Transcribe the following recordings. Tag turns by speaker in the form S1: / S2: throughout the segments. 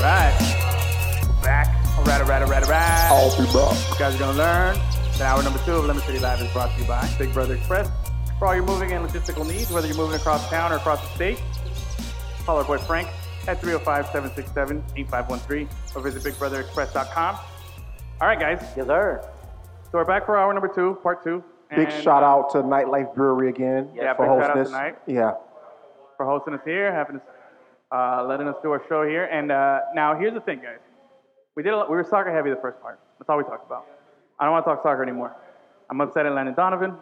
S1: right. Back. All right, all right, all right, all right.
S2: Oh.
S3: All through Brock.
S1: You guys are going to learn that hour number two of Lemon City Live is brought to you by Big Brother Express. For all your moving and logistical needs, whether you're moving across town or across the state, call our boy Frank at 305-767-8513 or visit bigbrotherexpress.com. All right, guys.
S2: Yes, sir.
S1: So we're back for hour number two, part two.
S3: Big
S1: And
S3: shout out to Nightlife Brewery again
S1: Yeah,
S3: for
S1: big shout out
S3: hosting
S1: to
S3: us.
S1: Night.
S3: Yeah.
S1: for hosting us here, having us, uh, letting us do our show here. And uh, now here's the thing, guys. We did. A, lot- we were soccer heavy the first part. That's all we talked about. I don't want to talk soccer anymore. I'm upset at Landon Donovan.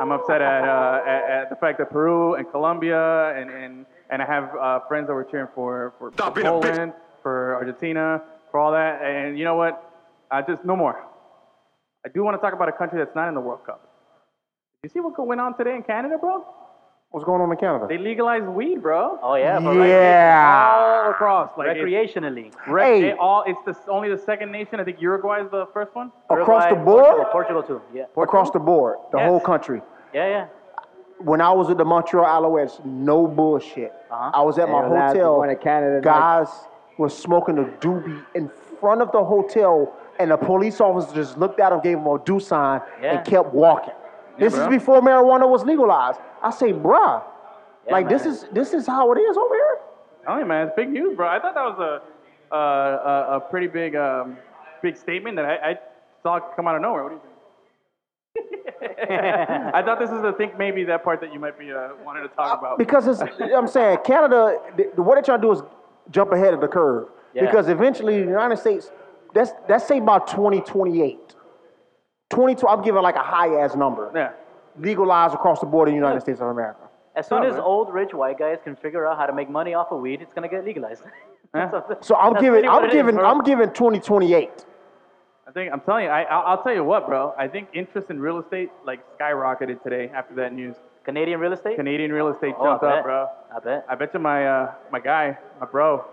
S1: I'm upset at, uh, at, at the fact that Peru and Colombia and and, and I have uh, friends that were cheering for for, for
S4: being a bitch.
S1: Poland, for Argentina, for all that. And you know what? I just no more. I do want to talk about a country that's not in the World Cup. You see what went on today in Canada, bro?
S3: What's going on in Canada?
S1: They legalized weed, bro.
S2: Oh yeah. for
S3: yeah.
S1: all across, like
S2: recre-
S1: it's-
S2: Recreationally.
S1: rec-
S3: Hey.
S1: it all it's the s- only the second nation. I think Uruguay is the first one.
S3: Across the
S2: Uruguay,
S3: board?
S2: uh, Portugal, Portugal too. Yeah.
S3: Across the board. The
S2: Yes.
S3: whole country.
S2: Yeah, yeah.
S3: When I was at the Montreal Alouettes, no bullshit.
S2: Uh-huh.
S3: I was at my
S5: And the last
S3: hotel.
S5: one in Canada, like-
S3: guys were smoking a doobie in front of the hotel, and the police officer just looked at him, gave him a do sign,
S2: Yeah.
S3: and kept walking. This is
S1: bro.
S3: before marijuana was legalized. I say, bruh, like this
S2: man.
S3: is this is how it is over here.
S1: Tell you, Oh, man, it's big news, bro. I thought that was a a, a, a pretty big um, big statement that I, I saw come out of nowhere. What do you think? I thought this is the think maybe that part that you might be uh, wanted to talk about.
S3: Because it's, I'm saying Canada, the, the what they're trying to do is jump ahead of the curve.
S2: Yeah.
S3: Because eventually, the United States, that's that's say by 2028, 22. I'm giving like a high ass number.
S1: yeah,
S3: Legalized across the board in the United States of America.
S2: As soon
S1: Oh,
S2: as
S1: man.
S2: old rich white guys can figure out how to make money off of weed, it's gonna get legalized.
S3: So I'm
S2: That's
S3: giving,
S2: really what
S3: I'm
S2: it is,
S3: giving,
S2: bro.
S3: I'm giving 2028.
S1: I think I'm telling you. I I'll, I'll tell you what, bro. I think interest in real estate like skyrocketed today after that news.
S2: Canadian real estate.
S1: Canadian real estate
S2: Oh, I
S1: jumped
S2: bet.
S1: up, bro.
S2: I bet.
S1: I bet you my uh, my guy, my bro,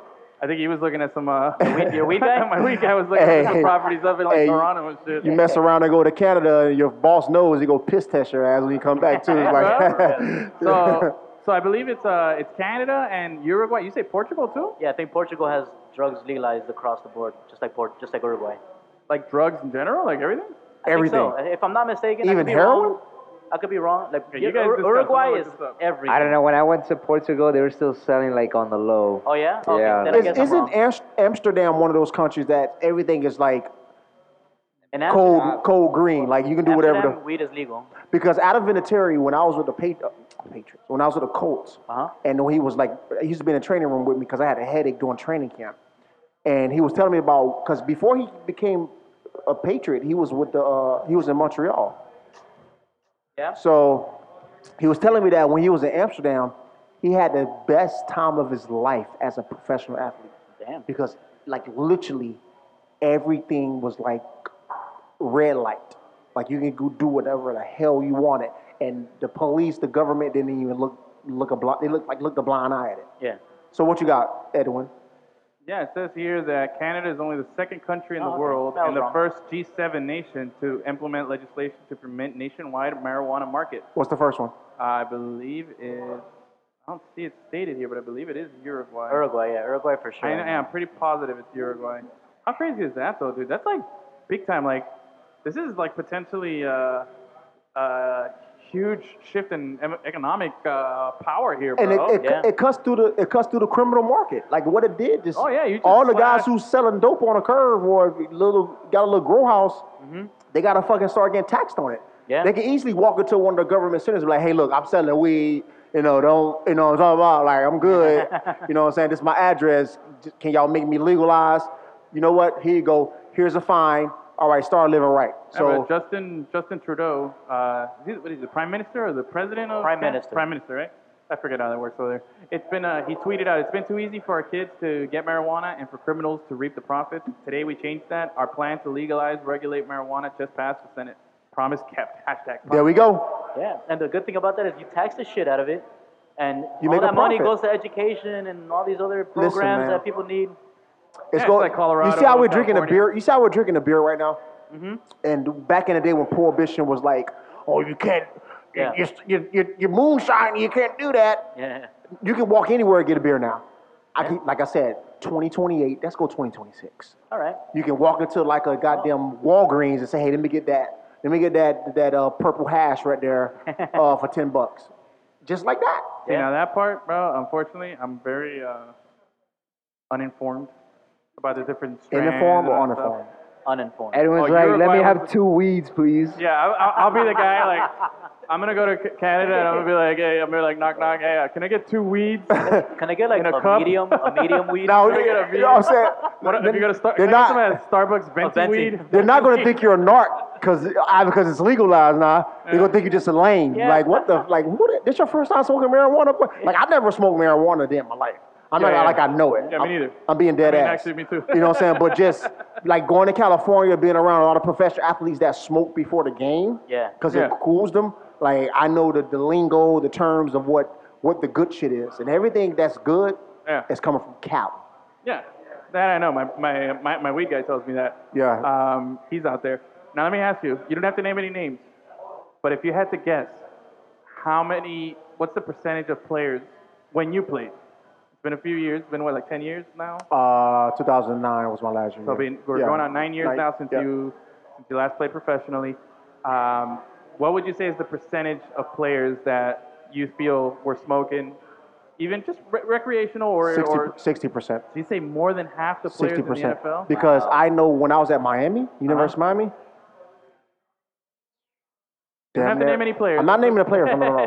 S1: I think he was looking at some uh,
S2: weed- your weed guy?
S1: my weed guy was looking
S3: Hey,
S1: at
S3: hey.
S1: some properties up in like
S3: Hey, you-
S1: Toronto and shit.
S3: You mess around and go to Canada, and your boss knows he go piss test your ass when you come back too. It's like,
S1: so so I believe it's uh it's Canada and Uruguay. You say Portugal too?
S2: Yeah, I think Portugal has drugs legalized across the board, just like Port, just like Uruguay.
S1: Like drugs in general, like everything.
S2: I think so.
S3: Everything.
S2: If I'm not mistaken, I
S3: Even
S2: could be
S3: heroin?
S2: Wrong. I could be wrong. Like
S1: you guys
S2: Ur-
S1: discuss.
S2: Uruguay
S1: I'm gonna
S2: is
S1: look this up.
S2: everything.
S5: I don't know. When I went to Portugal, they were still selling like on the low.
S2: Oh yeah. Okay,
S5: Yeah.
S2: Then I
S3: is,
S2: guess I'm
S3: isn't
S2: wrong.
S3: Ams- Amsterdam one of those countries that everything is like
S2: In Amsterdam-
S3: cold, cold green? Like you can do whatever.
S2: Amsterdam,
S3: The,
S2: weed is legal.
S3: because out of Vinatieri, when I was with the Patri- Patriots, when I was with the Colts,
S2: Uh-huh.
S3: and when he was like, he used to be in the training room with me because I had a headache during training camp, and he was telling me about because before he became a Patriot, he was with the uh, he was in Montreal.
S2: Yeah.
S3: So he was telling me that when he was in Amsterdam, he had the best time of his life as a professional athlete
S2: Damn.
S3: because, like, literally everything was like red light. Like you can go do whatever the hell you wanted, and the police, the government didn't even look look a blind. They looked like looked a blind eye at it.
S2: Yeah.
S3: So what you got, Edwin?
S1: Yeah, it says here that Canada is only the second country in the
S2: Oh, okay.
S1: world
S2: That
S1: and
S2: was
S1: the
S2: wrong.
S1: first G7 nation to implement legislation to permit nationwide marijuana market.
S3: What's the first one?
S1: I believe is I don't see it stated here, but I believe it is Uruguay.
S2: Uruguay. Yeah. Uruguay for sure.
S1: I know, yeah, I'm pretty positive it's Uruguay. How crazy is that though, dude? That's like big time. Like this is like potentially a uh, uh, huge shift in em- economic uh, power here, bro.
S3: And it, it,
S2: yeah.
S3: it cuts through the it cuts through the criminal market. Like what it did just,
S1: Oh, yeah, you just
S3: all the guys
S1: slash-
S3: who's selling dope on a curve or if you little got a little grow house,
S1: Mm-hmm.
S3: they gotta fucking start getting taxed on it.
S2: Yeah.
S3: They can easily walk into one of the government centers and be like, hey look, I'm selling weed, you know, don't you know what I'm talking about? Like I'm good. you know what I'm saying? This is my address. J- Can y'all make me legalize? You know what? Here you go. Here's a fine. All right, start living right.
S1: Yeah, but
S3: So
S1: Justin Justin Trudeau, uh, is he, what is he, the prime minister or the president of
S2: Prime
S1: Canada?
S2: Minister.
S1: Prime minister, right? I forget how that works over there. It's been uh, he tweeted out. It's been too easy for our kids to get marijuana and for criminals to reap the profits. Today we changed that. Our plan to legalize, regulate marijuana just passed the Senate. Promise kept. Hashtag.
S3: there we go.
S2: Yeah, and the good thing about that is you tax the shit out of it, and
S3: You
S2: all
S3: make a
S2: that money goes
S3: profit.
S2: to education and all these other
S3: Listen,
S2: programs
S3: man.
S2: that people need.
S3: It's
S1: Yeah, it's
S3: going
S1: like Colorado,
S3: You see how we're drinking a
S1: California. Mm-hmm.
S3: beer? You see how we're drinking a beer right now? And back in the day when prohibition was like, oh, you can't,
S2: Yeah.
S3: you're, you're, you're, you're moonshine, you can't do that.
S2: Yeah,
S3: You can walk anywhere and get a beer now. I keep, like I said, 2028. Let's go 2026.
S2: All right.
S3: You can walk into like a goddamn Walgreens and say, "Hey, let me get that. Let me get that that uh, purple hash right there uh, for ten bucks," just like that.
S1: See, now that part, bro, unfortunately, I'm very uh, uninformed about the different
S3: In
S1: strands.
S3: the form or
S1: and
S3: on the
S1: stuff.
S3: form.
S2: Uninformed.
S5: Everyone's
S1: Oh,
S5: like,
S1: Uruguay
S5: let me
S1: was-
S5: have two weeds, please.
S1: Yeah, I, I'll, I'll be the guy, like, I'm going to go to C- Canada and I'm going to be like, hey, I'm going to be like, knock, knock, hey, uh, can I get two weeds?
S2: Can I get like
S1: In a
S2: a,
S1: cup?
S2: medium, a medium weed?
S3: Now,
S1: Let me get a
S3: you know what I'm saying?
S1: What, if you go to Star-
S3: they're
S1: can I get some
S3: not-
S1: at Starbucks venti,
S2: venti.
S1: weed?
S3: They're not gonna think you're a narc because because it's legalized now. They're gonna think you're just a lame.
S2: Yeah.
S3: Like what the like? What, this your first time smoking marijuana? Like I've never smoked marijuana a day in my life. I'm
S1: Yeah,
S3: not
S1: yeah.
S3: like I know it.
S1: Yeah, me
S3: I'm-
S1: neither.
S3: I'm being dead
S1: I mean,
S3: ass.
S1: actually, me too.
S3: You know what I'm saying? But just like going to California, being around a lot of professional athletes that smoke before the game.
S2: Yeah.
S3: Because
S1: Yeah.
S3: it cools them. Like I know the, the lingo, the terms of what what the good shit is, and everything that's good
S1: Yeah.
S3: is coming from Cal.
S1: Yeah, that I know. My, my, my, my weed guy tells me that.
S3: Yeah.
S1: Um, he's out there. Now, let me ask you you don't have to name any names, but if you had to guess, how many, what's the percentage of players when you played? It's been a few years, been what, like 10 years now?
S3: Uh, 2009 was my last year.
S1: So been, we're
S3: Yeah.
S1: going on nine years
S3: Nine-
S1: now since
S3: yeah.
S1: you since you last played professionally. Um, what would you say is the percentage of players that you feel were smoking, even just re- recreational or, or
S3: 60 percent.
S1: do you say more than half the players
S3: Sixty
S1: in the
S3: percent.
S1: NFL?
S3: Because I know when I was at Miami, University
S1: Uh-huh.
S3: of Miami.
S1: don't
S3: damn
S1: have to
S3: near-
S1: name any players.
S3: I'm not naming the players. No, no, no.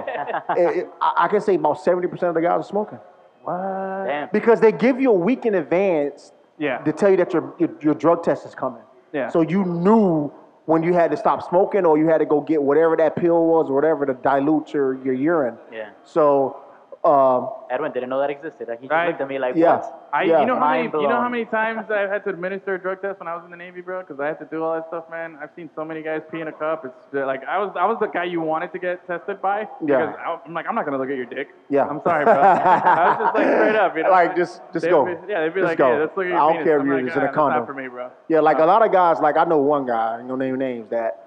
S3: It- it- I, I can say about seventy percent of the guys are smoking
S1: What?
S2: Damn.
S3: because they give you a week in advance
S1: Yeah.
S3: to tell you that your your, your drug test is coming.
S1: Yeah.
S3: So you knew when you had to stop smoking or you had to go get whatever that pill was or whatever to dilute your, your urine.
S2: Yeah.
S3: So. Um,
S2: Edwin didn't know that existed. He just
S1: Right.
S2: looked at me like,
S3: Yeah.
S2: what?
S1: I,
S3: Yeah.
S1: you know how many,
S2: Mind
S1: you know how
S2: blown.
S1: many times I've had to administer a drug test when I was in the Navy, bro? Because I had to do all that stuff, man. I've seen so many guys pee in a cup. It's they're like I was, I was the guy you wanted to get tested by.
S3: Yeah.
S1: Because I, I'm like, I'm not gonna look at your dick.
S3: Yeah.
S1: I'm sorry, bro. I was just like straight up, you know.
S3: Like, just- just
S1: They
S3: go.
S1: would be- yeah, they'd be
S3: Just
S1: like,
S3: go.
S1: yeah, let's look at your
S3: I don't
S1: penis.
S3: care if
S1: I'm
S3: you're
S1: like,
S3: using a
S1: "Ah, that's
S3: condom."
S1: not for me, bro.
S3: Yeah, like
S1: Uh,
S3: a lot of guys, like I know one guy, I'm gonna name names, that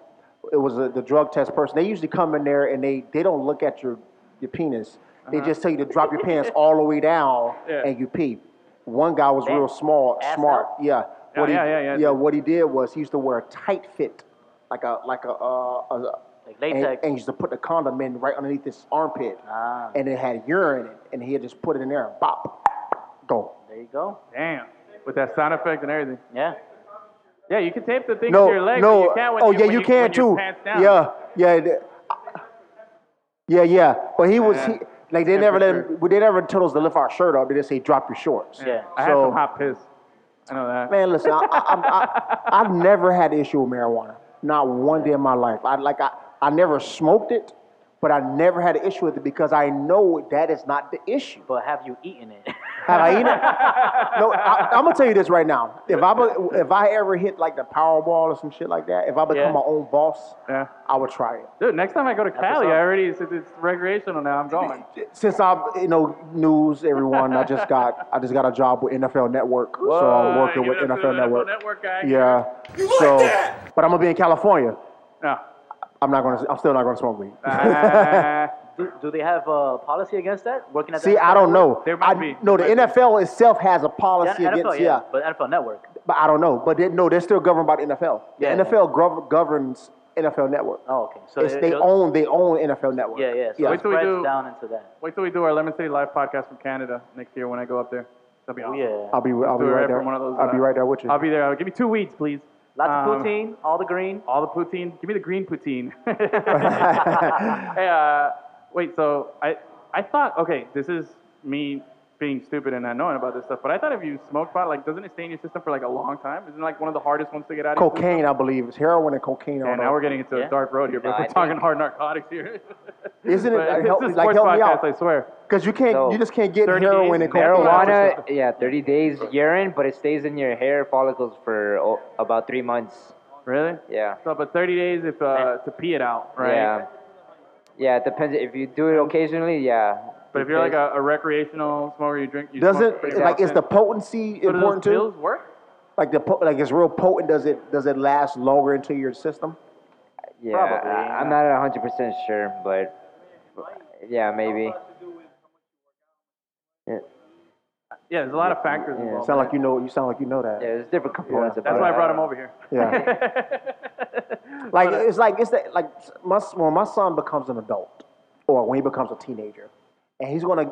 S3: it was a, the drug test person. They usually come in there and they, they don't look at your, your penis. They just tell you to drop your pants all the way down
S1: Uh-huh. Yeah.
S3: and you pee. One guy was real small,
S2: Ass
S3: smart.
S2: out?
S3: Yeah.
S1: Yeah,
S3: he,
S1: yeah, yeah, yeah.
S3: What he did was he used to wear a tight fit, like a like a, uh, a
S2: Like
S3: and,
S2: latex.
S3: and he used to put the condom in right underneath his armpit,
S2: Ah.
S3: and it had urine in it, and he had just put it in there, bop, go.
S2: There you go.
S1: Damn. With that sound effect and everything.
S2: Yeah.
S1: Yeah, you can tape the thing
S3: no,
S1: to your legs. but
S3: No,
S1: you can't when
S3: oh
S1: you,
S3: yeah,
S1: when
S3: you
S1: you
S3: can
S1: when you're
S3: too.
S1: pants down.
S3: Yeah, yeah, th- yeah, yeah. But he was
S1: Yeah.
S3: he, like they
S1: Yeah,
S3: never
S1: for
S3: let him, they never told us to lift our shirt up. They just say drop your shorts.
S2: Yeah.
S1: I had
S3: So-
S1: some hot piss. I know that.
S3: Man, listen, I, I, I, I, I've never had an issue with marijuana. Not one day in my life. I like I, I never smoked it, but I never had an issue with it because I know that is not the issue.
S2: But have you eaten it?
S3: Have I eaten it? No, I, I'm gonna tell you this right now. If I be- if I ever hit like the Powerball or some shit like that, if I become
S2: Yeah.
S3: my own boss,
S1: Yeah.
S3: I would try it.
S1: Dude, next time I go to Cali,
S2: all.
S1: I already since it's recreational now. I'm going.
S3: since I'm you know news everyone, I just got I just got a job with NFL Network, so I'm working
S1: Give
S3: with
S1: it up to
S3: NFL
S1: the
S3: Network.
S1: Network guy.
S3: Yeah. so, but I'm gonna be in California.
S1: No.
S3: I'm not gonna. I'm still not gonna smoke weed.
S1: Uh,
S2: do, do they have a policy against that? Working at the
S3: See, I don't know.
S1: There might
S3: I-
S1: be.
S3: No, the
S1: There might
S3: NFL itself has a
S2: Yeah,
S3: policy
S2: NFL,
S3: against
S2: yeah,
S3: yeah,
S2: But NFL Network.
S3: but I don't know. But they, no, they're still governed by the NFL.
S2: Yeah.
S3: The NFL gov- governs NFL Network.
S2: Oh, okay. So
S3: It's,
S2: it-
S3: they
S2: it-
S3: own they own NFL Network.
S2: Yeah, yeah. So
S1: Wait
S2: it
S1: till we
S2: spreads
S1: do-
S2: down into that.
S1: wait till we do our Lemon City Live podcast from Canada next year when I go up there. That'll be awesome.
S2: Yeah.
S3: I'll be I'll be
S1: Do it
S3: right,
S1: right
S3: there.
S1: from one of those,
S3: I'll be
S1: uh,
S3: right there with you.
S1: I'll be there. Give me two weeds, please. Um,
S2: Lots of poutine, all the green.
S1: All the poutine. Give me the green poutine. hey, uh, wait. So I, I thought. Okay, this is me being stupid and not knowing about this stuff. But I thought if you smoke pot, like, doesn't it stay in your system for like a long time? Isn't it like one of the hardest ones to get out? of your system?
S3: cocaine, I believe, it's heroin and cocaine.
S1: Yeah,
S3: on
S1: now we're getting into a
S2: Yeah.
S1: dark road here, but
S5: No,
S1: we're
S5: I
S1: talking
S5: think-
S1: hard narcotics here.
S3: Isn't it-
S1: But
S3: like,
S1: it's
S3: help-
S1: a
S3: like,
S1: sports
S3: help me
S1: podcast,
S3: out.
S1: I swear.
S3: because you can't
S5: No.
S3: you just can't get
S1: 30
S3: heroin
S1: days.
S3: and cocaine.
S5: Marijuana, yeah, 30 days urine, but it stays in your hair follicles for oh, about three months.
S1: Really?
S5: Yeah.
S1: So, but 30 days if uh, to pee it out, right?
S5: Yeah. Yeah, it depends. If you do it occasionally, yeah.
S1: But if you're like a, a recreational smoker, you drink. You smoke pretty
S3: Doesn't like is
S1: often.
S3: the potency
S1: So do
S3: important
S1: those
S3: too?
S1: pills work?
S3: Like the po- like it's real potent. Does it does it last longer into your system?
S5: yeah,
S2: probably,
S5: I- I'm not 100% sure, but yeah, maybe. Yeah.
S1: Yeah, there's a lot of factors involved.
S3: Sound like you know. You sound like you know that.
S5: Yeah, there's different components
S3: Yeah.
S5: about
S1: That's why I
S5: it.
S1: brought him over here.
S3: Like
S1: But, uh,
S3: it's like it's that like my when my son becomes an adult or when he becomes a teenager, and he's gonna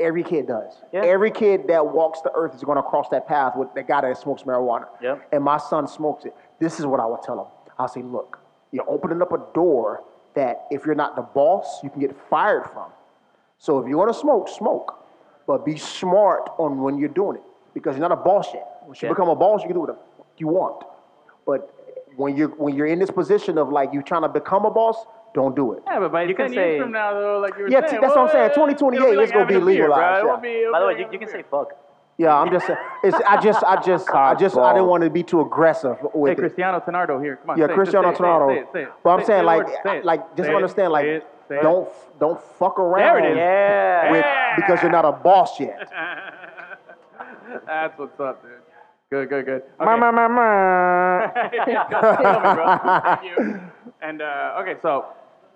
S3: every kid does.
S2: Yeah.
S3: Every kid that walks the earth is gonna cross that path with the guy that smokes marijuana.
S2: Yep.
S3: And my son smokes it. This is what I would tell him. I'll say, look, you're opening up a door that if you're not the boss, you can get fired from. So if you want to smoke, smoke, but be smart on when you're doing it because you're not a boss yet. Once you
S2: Yeah.
S3: become a boss, you can do what the fuck you want. But when you're when you're in this position of like you trying to become a boss, don't do it.
S1: yeah, but by
S2: You
S1: 10
S2: can
S1: years
S2: say-
S1: from now, though, like you were
S3: Yeah,
S1: saying,
S3: t- that's what I'm
S1: well,
S3: saying.
S1: it'll be
S3: 2028,
S1: like
S3: it's gonna be
S1: having a beer, bro.
S3: legalized,
S1: It
S3: yeah.
S1: won't be- it'll
S2: By the
S1: be
S2: way,
S1: like
S2: you, you
S1: having
S2: can
S1: a
S2: say
S1: beer.
S2: fuck.
S3: Yeah, I'm just it's, I just I just I just I didn't want to be too aggressive
S1: Hey,
S3: with it.
S1: Cristiano Tonardo here. Come on.
S3: Yeah,
S1: say it,
S3: Cristiano
S1: just say it,
S3: Ronaldo.
S1: say it, say it, say it.
S3: But I'm
S1: Say it,
S3: saying
S1: say the
S3: like
S1: word, say it,
S3: like just
S1: say it,
S3: understand like
S1: say it, say it.
S3: don't don't fuck
S1: There
S3: around
S1: it is.
S2: Yeah.
S3: with because you're not a boss yet.
S1: That's what's up, dude. Good, good, good. Okay.
S5: Ma, ma, ma, ma.
S1: Yeah, tell me, bro. Thank you. And uh, okay, so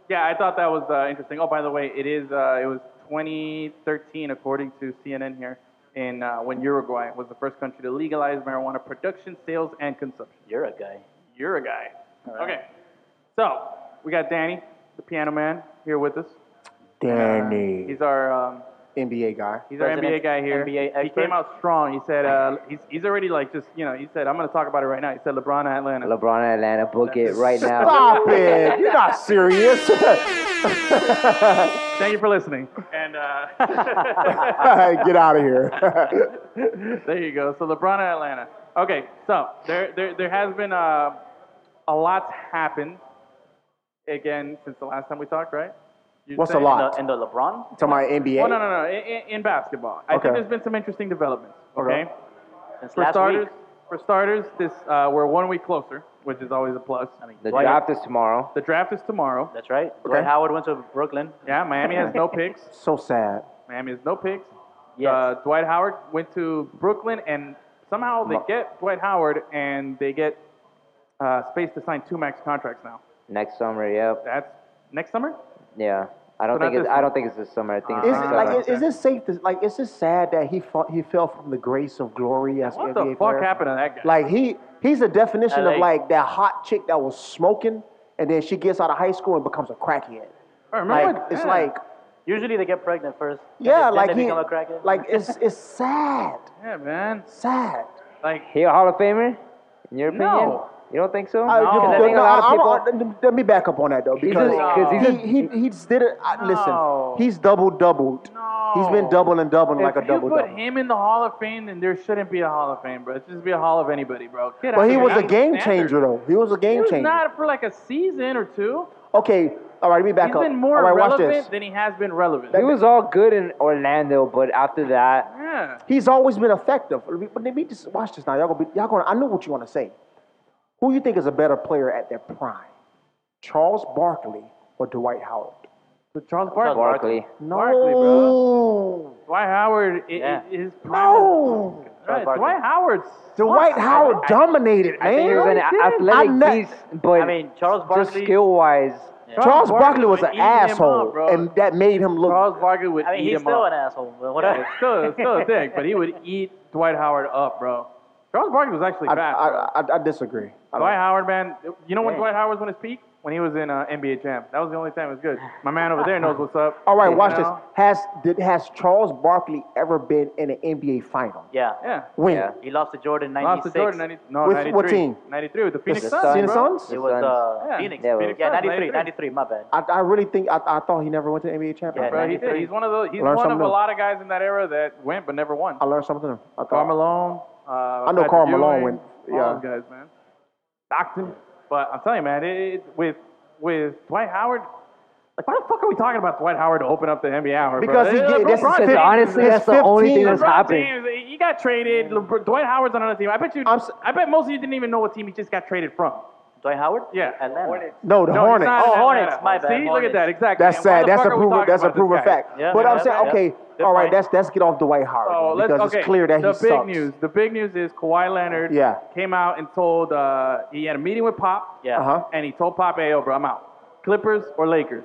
S1: yeah, I thought that was uh, interesting. Oh, by the way, it is. Uh, it was 2013, according to CNN here, in uh, when Uruguay was the first country to legalize marijuana production, sales, and consumption.
S2: You're a guy.
S1: You're a guy. Okay, so we got Danny, the piano man, here with us.
S3: Danny,
S1: He's our um,
S3: NBA guy.
S1: He's our NBA
S2: President,
S1: guy here.
S2: NBA
S1: he
S2: expert.
S1: came out strong. He said uh, he's, he's already like just you know he said I'm gonna talk about it right now. He said LeBron at Atlanta.
S5: LeBron in Atlanta, book it right now.
S3: Stop it! You're not serious.
S1: Thank you for listening. And uh,
S3: Get out of here.
S1: there you go. So LeBron at Atlanta. Okay, so there there, there has been uh, a lot's happened again since the last time we talked, right? You
S3: What's a
S1: saying?
S3: lot?
S2: And the, and the LeBron?
S3: to my NBA.
S1: Well, Oh, no, no, no. In, in basketball, I
S3: Okay.
S1: think there's been some interesting developments.
S3: Okay.
S1: Okay.
S2: Since
S1: For
S2: last
S1: starters,
S2: week.
S1: for starters, this uh, we're one week closer, which is always a plus.
S2: I mean,
S5: The
S2: Dwight-
S5: draft is tomorrow.
S1: The draft is tomorrow.
S2: That's right. Dwight Howard went to Brooklyn.
S1: Yeah, Miami has no picks.
S3: So sad.
S1: Miami has no picks.
S2: Yes.
S1: Uh, Dwight Howard went to Brooklyn, and somehow they get Dwight Howard, and they get uh, space to sign two max contracts now.
S5: Next summer, yep.
S1: That's next summer.
S5: Yeah. I don't
S1: So not
S5: think it's,
S1: this
S5: I
S1: one.
S5: don't think it's this summer. I think
S1: Uh,
S3: Is
S5: it's
S3: it,
S5: next
S1: Ah,
S3: like
S5: summer.
S3: is, is it safe to like? Is it sad that he fa- he fell from the grace of glory as
S1: What
S3: an
S1: the
S3: NBA
S1: fuck
S3: player?
S1: happened to that guy?
S3: Like he he's the definition
S2: LA.
S3: of like that hot chick that was smoking and then she gets out of high school and becomes a crackhead.
S1: I remember
S3: Like
S1: when-
S3: it's
S1: yeah.
S3: like
S2: Usually they get pregnant first. and
S3: yeah,
S2: then- then
S3: like
S2: they
S3: he
S2: become a crackhead.
S3: like it's it's sad,
S1: yeah, man.
S3: sad.
S1: Like
S5: He a Hall of Famer? In your opinion?
S1: No.
S5: You don't think so?
S3: I-
S1: No.
S3: Uh, you-
S1: I
S5: think a
S3: no,
S5: lot of
S3: I'm-
S5: people-
S3: I'm- let me back up on that though
S5: He's
S3: because
S5: a- 'cause he's a-
S3: he, he he just did it. I,
S1: No.
S3: Listen, he's double doubled. He's been
S1: No.
S3: doubling and doubling like a
S1: if you
S3: double
S1: put
S3: double.
S1: him in the Hall of Fame, then there shouldn't be a Hall of Fame, bro. It should just be a Hall of anybody, bro. Get out
S3: But he
S1: here.
S3: was a
S1: Not
S3: game
S1: standard.
S3: changer though. He was a
S1: He
S3: game
S1: was
S3: changer.
S1: not for like a season or two.
S3: Okay, all right, let me back
S1: He's
S3: up.
S1: been more
S3: all right, watch this.
S1: relevant than he has been relevant.
S5: He was all good in Orlando, but after that,
S1: yeah.
S3: He's always been effective. Let me- But let me just watch this now. Y'all gonna be, y'all gonna. I know what you want to say. Who you think is a better player at their prime, Charles Barkley or Dwight Howard?
S1: But Charles Barkley.
S5: Barkley.
S3: No,
S1: Barkley, bro. Dwight Howard i-
S2: Yeah.
S1: i- is prime.
S3: no.
S1: Right,
S2: Barkley.
S1: Dwight Howard.
S3: Dwight
S1: sucks.
S3: Howard dominated, man.
S5: I think he was an
S1: he did.
S5: athletic
S3: I'm not-
S5: beast, but
S2: I mean, Charles
S5: just
S2: Barkley.
S5: skill wise,
S3: Charles Barkley was
S1: would
S3: an
S1: eat him up,
S3: asshole,
S1: bro.
S3: and that made him look.
S1: Charles Barkley would
S2: I mean,
S1: eat
S2: he's
S1: him
S2: still
S1: up.
S2: an asshole, but whatever.
S1: Yeah, still, still a dick, but he would eat Dwight Howard up, bro. Charles Barkley was actually
S3: I,
S1: fast. bro.
S3: I, I, I disagree. I don't-
S1: Dwight Howard, man. You know when
S2: Yeah.
S1: Dwight Howard was on his peak? When he was in uh, NBA Jam. That was the only time it was good. My man over there knows what's up.
S3: All right,
S1: you
S3: watch this.
S1: know?
S3: Has did, has Charles Barkley ever been in an NBA final?
S2: Yeah.
S1: Yeah.
S3: When?
S5: Yeah.
S2: He lost to Jordan in
S1: Lost to
S2: 96.
S1: Jordan. 90, no,
S3: With
S1: 93.
S3: what team?
S1: 93 with the Phoenix
S5: The
S1: Suns.
S5: Suns.
S3: See the
S1: bro.
S3: Suns?
S2: It was uh,
S1: Yeah.
S2: Phoenix.
S5: Yeah,
S2: Yeah,
S1: Phoenix,
S2: 93,
S1: 93.
S2: 93, my bad.
S3: I, I really think I, I thought he never went to the NBA championship.
S1: Bro, he
S2: 93.
S1: did. He's one of the. He's
S3: Learn
S1: one of
S3: something
S1: a
S3: new.
S1: lot of guys in that era that went but never won.
S3: I learned something. I thought.
S1: Carl Malone. Uh,
S3: I know
S1: Patrick
S3: Karl Malone
S1: Ewing,
S3: went-
S1: All
S3: yeah.
S1: those guys, man. Stockton. But I'm telling you, man, it, it- with with Dwight Howard, like why the fuck are we talking about Dwight Howard to open up the NBA hour? bro?
S3: Because he
S1: Eh,
S3: get-
S1: LeBron
S3: this is-
S1: James-
S5: because honestly,
S3: his
S5: that's the only
S3: 15
S5: thing that's
S1: LeBron
S5: happened.
S1: James, he got traded. LeBron- Dwight Howard's on another team. I bet you.
S3: I'm s-
S1: I bet most of you didn't even know what team he just got traded from.
S2: Dwight Howard?
S1: Yeah.
S2: Atlanta.
S3: No, the
S1: No, he's
S3: Hornets.
S1: not in
S2: Oh,
S1: Atlanta.
S2: Hornets, my bad,
S1: See, look at
S2: Hornets.
S1: that. Exactly.
S3: that's
S1: And why
S3: sad.
S1: the
S3: That's
S1: fuck
S3: a
S1: are we
S3: proven.
S1: talking
S3: That's a
S1: about this
S3: proven
S1: guy?
S3: fact.
S2: Yeah,
S3: but
S2: yeah,
S3: I'm saying,
S2: yeah.
S3: okay,
S2: Good
S3: all right,
S2: point.
S3: that's that's get off Dwight Howard
S1: So
S3: man,
S1: Oh, let's,
S3: because
S1: okay.
S3: it's clear that
S1: the
S3: he
S1: big
S3: sucks.
S1: news. The big news is Kawhi Leonard
S3: Yeah.
S1: came out and told uh, he had a meeting with Pop.
S2: Yeah.
S3: Uh-huh.
S1: And he told Pop, "Hey, yo, bro, I'm out. Clippers or Lakers."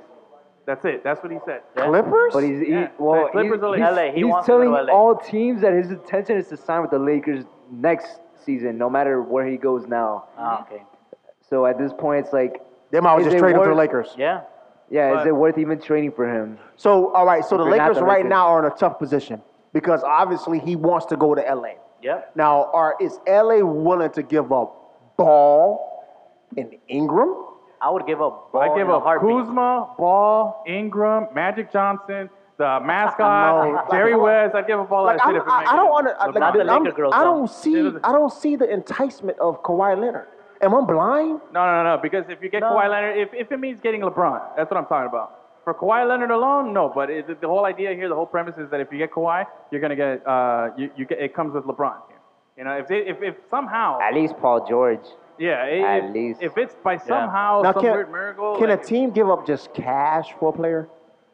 S1: That's it. That's what he said.
S3: Clippers?
S5: But he's he,
S1: Yeah.
S5: well,
S1: The Clippers
S5: he's,
S1: are like
S5: he's-
S1: LA.
S2: He
S5: he's
S2: wants to go
S5: telling
S2: to LA.
S5: all teams that his intention is to sign with the Lakers next season, no matter where he goes now.
S1: Uh.
S2: Ah, okay.
S5: So at this point, it's like,
S3: They might
S5: If
S3: just
S5: they
S3: trade him to the
S5: were-
S3: Lakers.
S2: Yeah.
S5: yeah,
S1: But-
S5: is it worth even trading for him?
S3: So, all right, so the
S5: They're not
S3: Lakers
S5: the
S3: right
S5: Lakers.
S3: now are in a tough position because obviously he wants to go to LA.
S2: Yeah.
S3: Now, are is LA willing to give up Ball and Ingram?
S2: I would give up ball
S1: I give
S2: in a
S1: up
S2: heartbeat.
S1: Kuzma, Ball, Ingram, Magic Johnson, the mascot,
S3: No.
S1: Jerry West. I'd give up all
S3: Like
S1: Oh, that
S3: I'm,
S1: shit
S3: I,
S1: if it makes
S3: I don't
S1: it.
S3: want to.
S1: LeBron.
S3: Like,
S2: the
S3: I'm-
S2: Laker girls,
S3: I don't
S2: though.
S3: see. I don't see the enticement of Kawhi Leonard. Am I blind?
S1: No, no, no, because if you get
S2: No.
S1: Kawhi Leonard, if, if it means getting LeBron, that's what I'm talking about. For Kawhi Leonard alone, no, but it, the whole idea here, the whole premise is that if you get Kawhi, you're gonna get, uh, you, you get, it comes with LeBron. Here. You know, if, they, if if somehow,
S5: At least Paul George.
S1: yeah, if,
S5: at least.
S1: if it's by somehow
S3: Now,
S1: Oh, some
S3: can,
S1: weird miracle,
S3: can
S1: like,
S3: a team give up just cash for a player?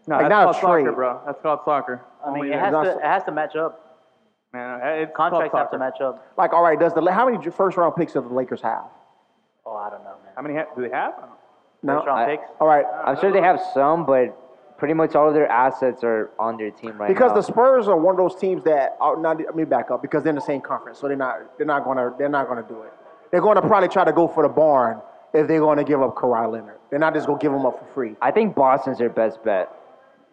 S1: no,
S3: like,
S1: that's
S3: not a
S1: called soccer,
S3: trade.
S1: bro. That's called soccer.
S2: I mean,
S1: Only
S2: it
S1: there.
S2: has
S3: That's-
S2: to it has to match up.
S1: Man, it's called
S2: Contracts have to
S1: soccer.
S2: match up.
S3: Like, all right, does the La- how many first round picks do the Lakers have?
S2: Oh, I don't know, man.
S1: How many ha- do they have? I don't know.
S3: No.
S2: First round
S5: I-
S2: picks.
S3: all right, Uh,
S5: I'm sure they have some, but pretty much all of their assets are on their team right
S3: because
S5: now.
S3: the Spurs are one of those teams that are not. Let me back up because they're in the same conference, so they're not. They're not gonna. They're not gonna do it. They're going to probably try to go for the barn if they're going to give up Kawhi Leonard. They're not just going to give him up for free.
S5: I think Boston's their best bet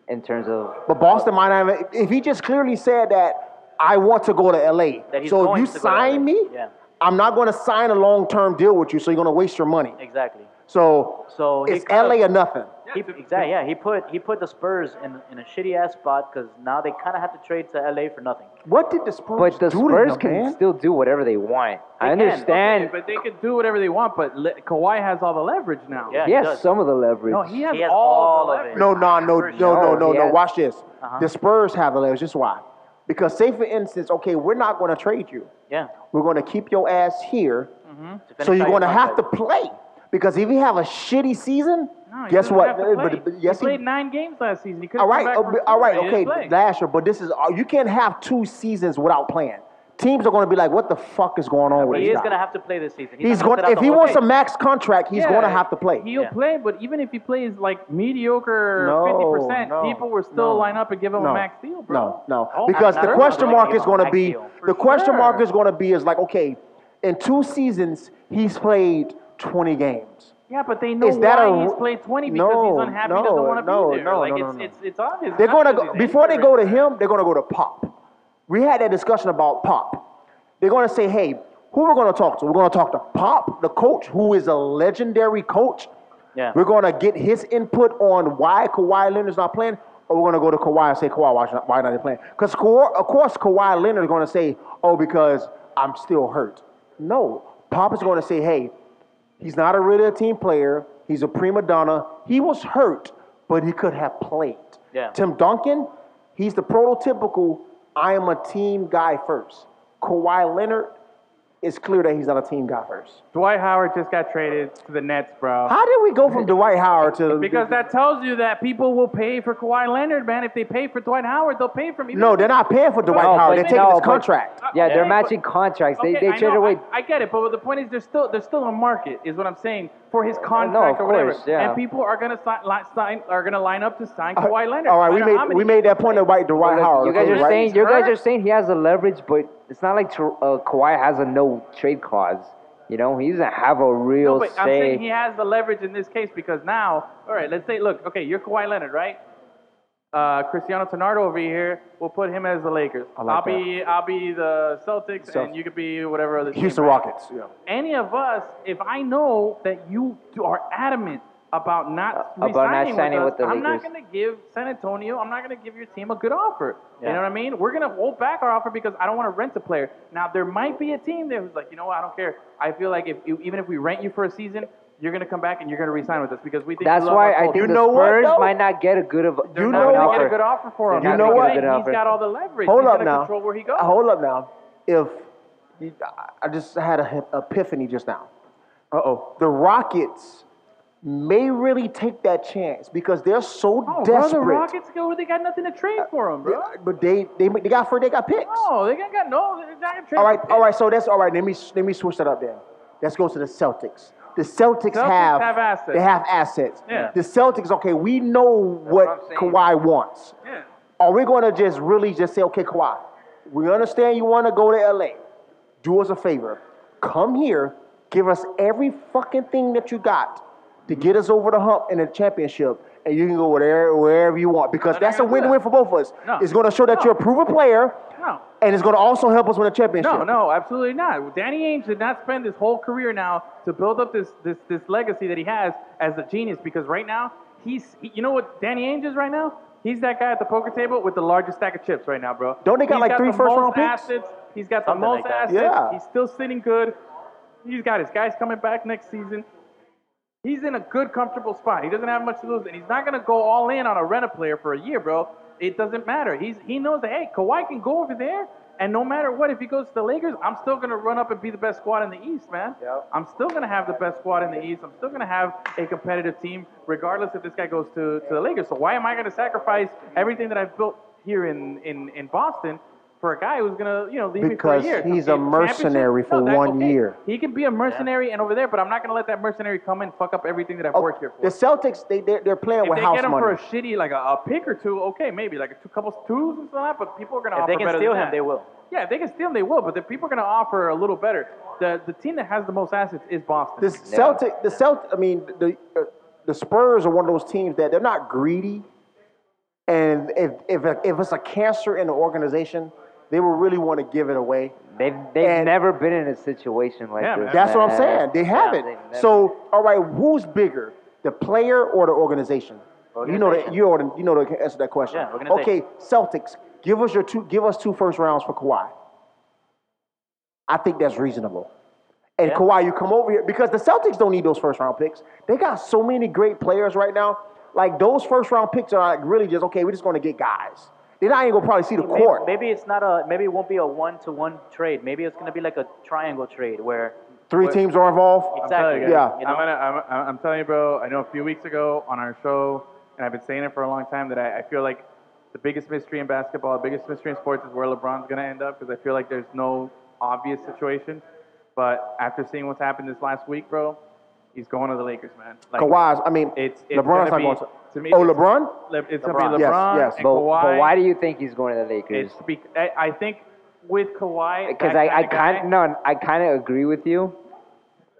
S5: in terms of
S3: But Boston might not. Have, if he just clearly said that I want to go to LA,
S2: That he's
S3: so if
S2: going
S3: you
S2: to go to LA,
S3: sign me,
S2: yeah.
S3: I'm not going to sign a long term deal with you. So you're going to waste your money.
S2: Exactly.
S3: So,
S2: So he
S3: it's
S2: could've-
S3: LA or nothing.
S2: He, exactly. Yeah, he put he put the Spurs in in a shitty ass spot because now they kind of have to trade to LA for nothing.
S3: What did the Spurs
S5: But the
S3: do
S5: Spurs
S3: to them,
S5: can
S3: man?
S5: still do whatever they want. I
S2: can,
S5: understand.
S1: Okay, but they can do whatever they want. But le- Kawhi has all the leverage now.
S2: Yeah. he
S5: yes,
S2: does.
S5: some of the leverage.
S1: No, he has,
S2: He has
S1: all,
S2: all
S1: the
S2: of it.
S1: leverage.
S3: No, no, no, no, no,
S5: No,
S3: no, no.
S5: yeah.
S3: Watch this.
S2: Uh-huh.
S3: The Spurs have the leverage. Just why? Because, say for instance, okay, we're not going to trade you.
S2: Yeah.
S3: We're going to keep your ass here.
S2: Mm-hmm.
S3: So you're going to have to play. Because if you have a shitty season,
S1: No, he
S3: guess
S1: doesn't
S3: what?
S1: have to play.
S3: But, but yes,
S1: he played nine games last season. He could've
S3: all right,
S1: come back
S3: uh,
S1: from
S3: but- all right,
S1: He didn't
S3: okay,
S1: play.
S3: last year. But this is uh, you can't have two seasons without playing. Teams are going to be like, what the fuck is going on with
S2: He
S3: this
S2: is
S3: guy?
S2: going to have to play this season.
S3: He's
S2: not gonna
S3: going.
S2: sit out
S3: If
S2: the
S3: he
S2: whole
S3: wants a
S2: game.
S3: max contract, he's
S1: Yeah,
S3: going to have to play.
S1: He'll
S2: Yeah.
S1: play, but even if he plays like mediocre,
S3: No,
S1: fifty percent,
S3: no,
S1: people will still
S3: no,
S1: line up and give him a max deal, bro.
S3: No, no.
S1: Oh,
S3: because
S1: I'm
S3: the
S1: sure.
S3: question
S2: Like,
S3: mark
S2: give
S3: is
S2: him
S3: going to
S2: max
S3: be
S2: deal.
S3: the
S1: For
S3: question mark
S1: sure.
S3: is going to be is like okay, in two seasons he's played 20 games.
S1: Yeah, but they know
S3: Is that
S1: why
S3: a-
S1: he's played twenty because
S3: No,
S1: he's unhappy,
S3: no,
S1: doesn't want to
S3: no,
S1: be there.
S3: no,
S1: like
S3: no,
S1: it's,
S3: no, no.
S1: it's it's obvious.
S3: They're
S1: Not
S3: going to
S1: because
S3: go
S1: he's
S3: before they
S1: injured.
S3: go to him. They're going to go to Pop. We had that discussion about Pop. They're going to say, hey, who we're going to talk to? We're going to talk to Pop, the coach, who is a legendary coach.
S2: Yeah.
S3: We're going to get his input on why Kawhi Leonard's not playing, or we're going to go to Kawhi and say, Kawhi, why, not- why not he playing? Because, of course, Kawhi Leonard is going to say, oh, because I'm still hurt. No. Pop is going to say, hey, he's not a really a team player. He's a prima donna. He was hurt, but he could have played.
S2: Yeah.
S3: Tim Duncan, he's the prototypical, I am a team guy first. Kawhi Leonard, it's clear that he's not a team guy first.
S1: Dwight Howard just got traded to the Nets, bro.
S3: How did we go from Dwight Howard to
S1: Because that tells you that people will pay for Kawhi Leonard, man. If they pay for Dwight Howard, they'll pay for him. Even
S3: No,
S1: if-
S3: they're not paying for Dwight
S1: No,
S3: Howard.
S5: but-
S3: They're taking
S5: no,
S3: his
S5: but-
S3: contract.
S5: yeah, they're
S1: Okay,
S5: matching
S1: but-
S5: contracts. They
S1: okay,
S5: they
S1: I
S5: traded
S1: know,
S5: away.
S1: I, I get it, but the point is, there's still there's still a market, is what I'm saying, for his contract or
S5: of
S1: whatever.
S5: course, yeah.
S1: And people are gonna sign, li- sign are gonna line up to sign
S3: All
S1: Kawhi Leonard.
S3: right,
S1: no
S3: we
S1: matter how
S3: made
S1: many
S3: we made that point about Dwight Howard.
S5: you guys
S3: okay,
S5: are
S3: right?
S5: saying you guys
S1: hurt.
S5: are saying he has the leverage, but it's not like Tor- uh, Kawhi has a no trade clause. You know, he doesn't have a
S1: No,
S5: real
S1: but I'm
S5: say.
S1: saying he has the leverage in this case because now, all right, let's say, look, okay, you're Kawhi Leonard, right? Uh, Cristiano Ronaldo over here. We'll put him as the Lakers.
S3: like
S1: I'll be I'll be the Celtics,
S3: Celtics.
S1: and you could be whatever other team,
S3: Houston
S1: right?
S3: Rockets. Yeah.
S1: any of us, if I know that you are adamant about not
S5: Uh, about not
S1: resigning
S5: signing
S1: with, us,
S5: with the
S1: I'm not
S5: Lakers.
S1: going to give San Antonio. I'm not going to give your team a good offer.
S2: Yeah.
S1: You know what I mean? We're going to hold back our offer because I don't want to rent a player. Now there might be a team there who's like, you know what? I don't care. I feel like if you, even if we rent you for a season, you're going to come back and you're going to resign with us because we think
S5: That's
S1: you love
S5: why
S1: our
S5: I
S1: culture.
S5: think
S3: know
S5: the
S3: what,
S5: Spurs
S3: though?
S5: might not get a good of,
S1: They're
S5: of
S1: not gonna
S3: know
S5: an
S3: what?
S5: offer.
S1: get a good offer for him.
S5: They're
S3: You
S5: not
S3: know
S5: gonna
S3: what?
S5: get a good
S1: He's
S5: offer.
S1: got all the leverage.
S3: Hold
S1: He's
S3: up
S1: gonna
S3: now.
S1: Control where he goes.
S3: Uh, Hold up now. If you, I- I just had an epiphany just now. Uh oh. The Rockets may really take that chance because they're so
S1: oh, bro, the
S3: desperate.
S1: Rockets go. They got nothing to trade for him, bro.
S3: But they they they got for they got picks.
S1: No, they got got no. They're not gonna trade.
S3: All right,
S1: for
S3: all right. So that's all right. Let me let me switch that up then. Let's go to the Celtics. The Celtics,
S1: Celtics
S3: have,
S1: have assets.
S3: They have assets.
S1: Yeah.
S3: The Celtics, okay, we know
S5: what
S3: what
S5: I'm saying.
S3: Kawhi wants.
S1: Yeah.
S3: Are we going to just really just say, okay, Kawhi, we understand you want to go to LA. Do us a favor. Come here, give us every fucking thing that you got to get us over the hump in a championship, and you can go wherever, wherever you want because
S1: they're
S3: that's a
S1: gonna do
S3: win win
S1: that.
S3: for both of us.
S1: No.
S3: It's going to show that
S1: No.
S3: you're a proven player,
S1: No.
S3: and it's going to also help us win a championship.
S1: No, no, absolutely not. Danny Ainge did not spend his whole career now to build up this this this legacy that he has as a genius because right now he's he- you know what Danny Ainge is right now? He's that guy at the poker table with the largest stack of chips right now, bro.
S3: Don't they got
S1: He's
S3: like three
S1: the
S3: first
S1: most
S3: round picks?
S1: Assets. He's got the
S2: Something
S1: most
S2: like that.
S1: assets.
S3: Yeah.
S1: He's still sitting good. He's got his guys coming back next season. He's in a good, comfortable spot. He doesn't have much to lose, and he's not going to go all in on a rent a player for a year, bro. It doesn't matter. He's he knows that hey, Kawhi can go over there, and no matter what, if he goes to the Lakers, I'm still going to run up and be the best squad in the East, man.
S5: Yep.
S1: I'm still going to have the best squad in the East. I'm still going to have a competitive team, regardless if this guy goes to, to the Lakers. So why am I going to sacrifice everything that I've built here in in, in Boston? For a guy who's gonna, you know, leave me for a
S3: Because
S1: year.
S3: he's a
S1: In championship-
S3: mercenary for
S1: that's
S3: one year.
S1: he can be a mercenary and over there, but I'm not going to let that mercenary come and fuck up everything that I've
S3: Oh,
S1: worked here for.
S3: The Celtics, they they're, they're playing
S1: if
S3: with
S1: they
S3: house
S1: get him
S3: money.
S1: for a shitty, like a, a pick or two, okay, maybe like a two, couple twos and stuff like that, but people are going to
S2: If
S1: offer
S2: they can
S1: better
S2: steal
S1: than
S2: him,
S1: that.
S2: they will.
S1: Yeah, if they can steal him, they will, but the people are going to offer a little better. The the team that has the most assets is Boston.
S3: The Celtic, the Celt, I mean, the uh, the Spurs are one of those teams that they're not greedy, and if if if it's a cancer in the organization, they will really want to give it away.
S5: They've, they've
S3: And-
S5: never been in a situation like
S1: Yeah,
S5: this.
S1: man.
S3: That's what I'm
S5: man.
S3: saying. They haven't.
S5: they've never-
S3: so, all right, who's bigger, the player or the organization? You know that
S2: Organization.
S3: you already you know the answer to that question.
S2: Yeah, organization.
S3: okay, Celtics, give us your two give us two first rounds for Kawhi. I think that's reasonable. And
S2: Yeah.
S3: Kawhi, you come over here because the Celtics don't need those first round picks. They got so many great players right now. Like those first round picks are like really just okay. We're just going to get guys. They're not even going to probably see the
S2: Maybe,
S3: court.
S2: maybe it's not a. Maybe it won't be a one-to-one trade. Maybe it's gonna be like a triangle trade where.
S3: Three teams are involved.
S1: I'm telling
S2: Exactly.
S1: you,
S3: Yeah.
S2: You
S1: I'm,
S2: know?
S1: gonna, I'm, I'm- I'm telling you, bro. I know a few weeks ago on our show, and I've been saying it for a long time that I, I feel like the biggest mystery in basketball, the biggest mystery in sports, is where LeBron's gonna end up because I feel like there's no obvious situation. But after seeing what's happened this last week, bro, he's going to the Lakers, man. Like,
S3: Kawhi's. I mean,
S1: It's, it's gonna
S3: LeBron's not
S1: be,
S3: going to.
S1: to me,
S3: oh,
S1: it's-
S3: LeBron.
S1: Le- It's gonna be
S3: Yes,
S1: LeBron
S3: yes.
S1: and
S5: But,
S1: Kawhi.
S5: but why do you think he's going to the Lakers?
S1: It's be, I, I think with Kawhi,
S5: Because
S1: that
S5: I, I
S1: kinda guy,
S5: kind no, I kind of agree with you.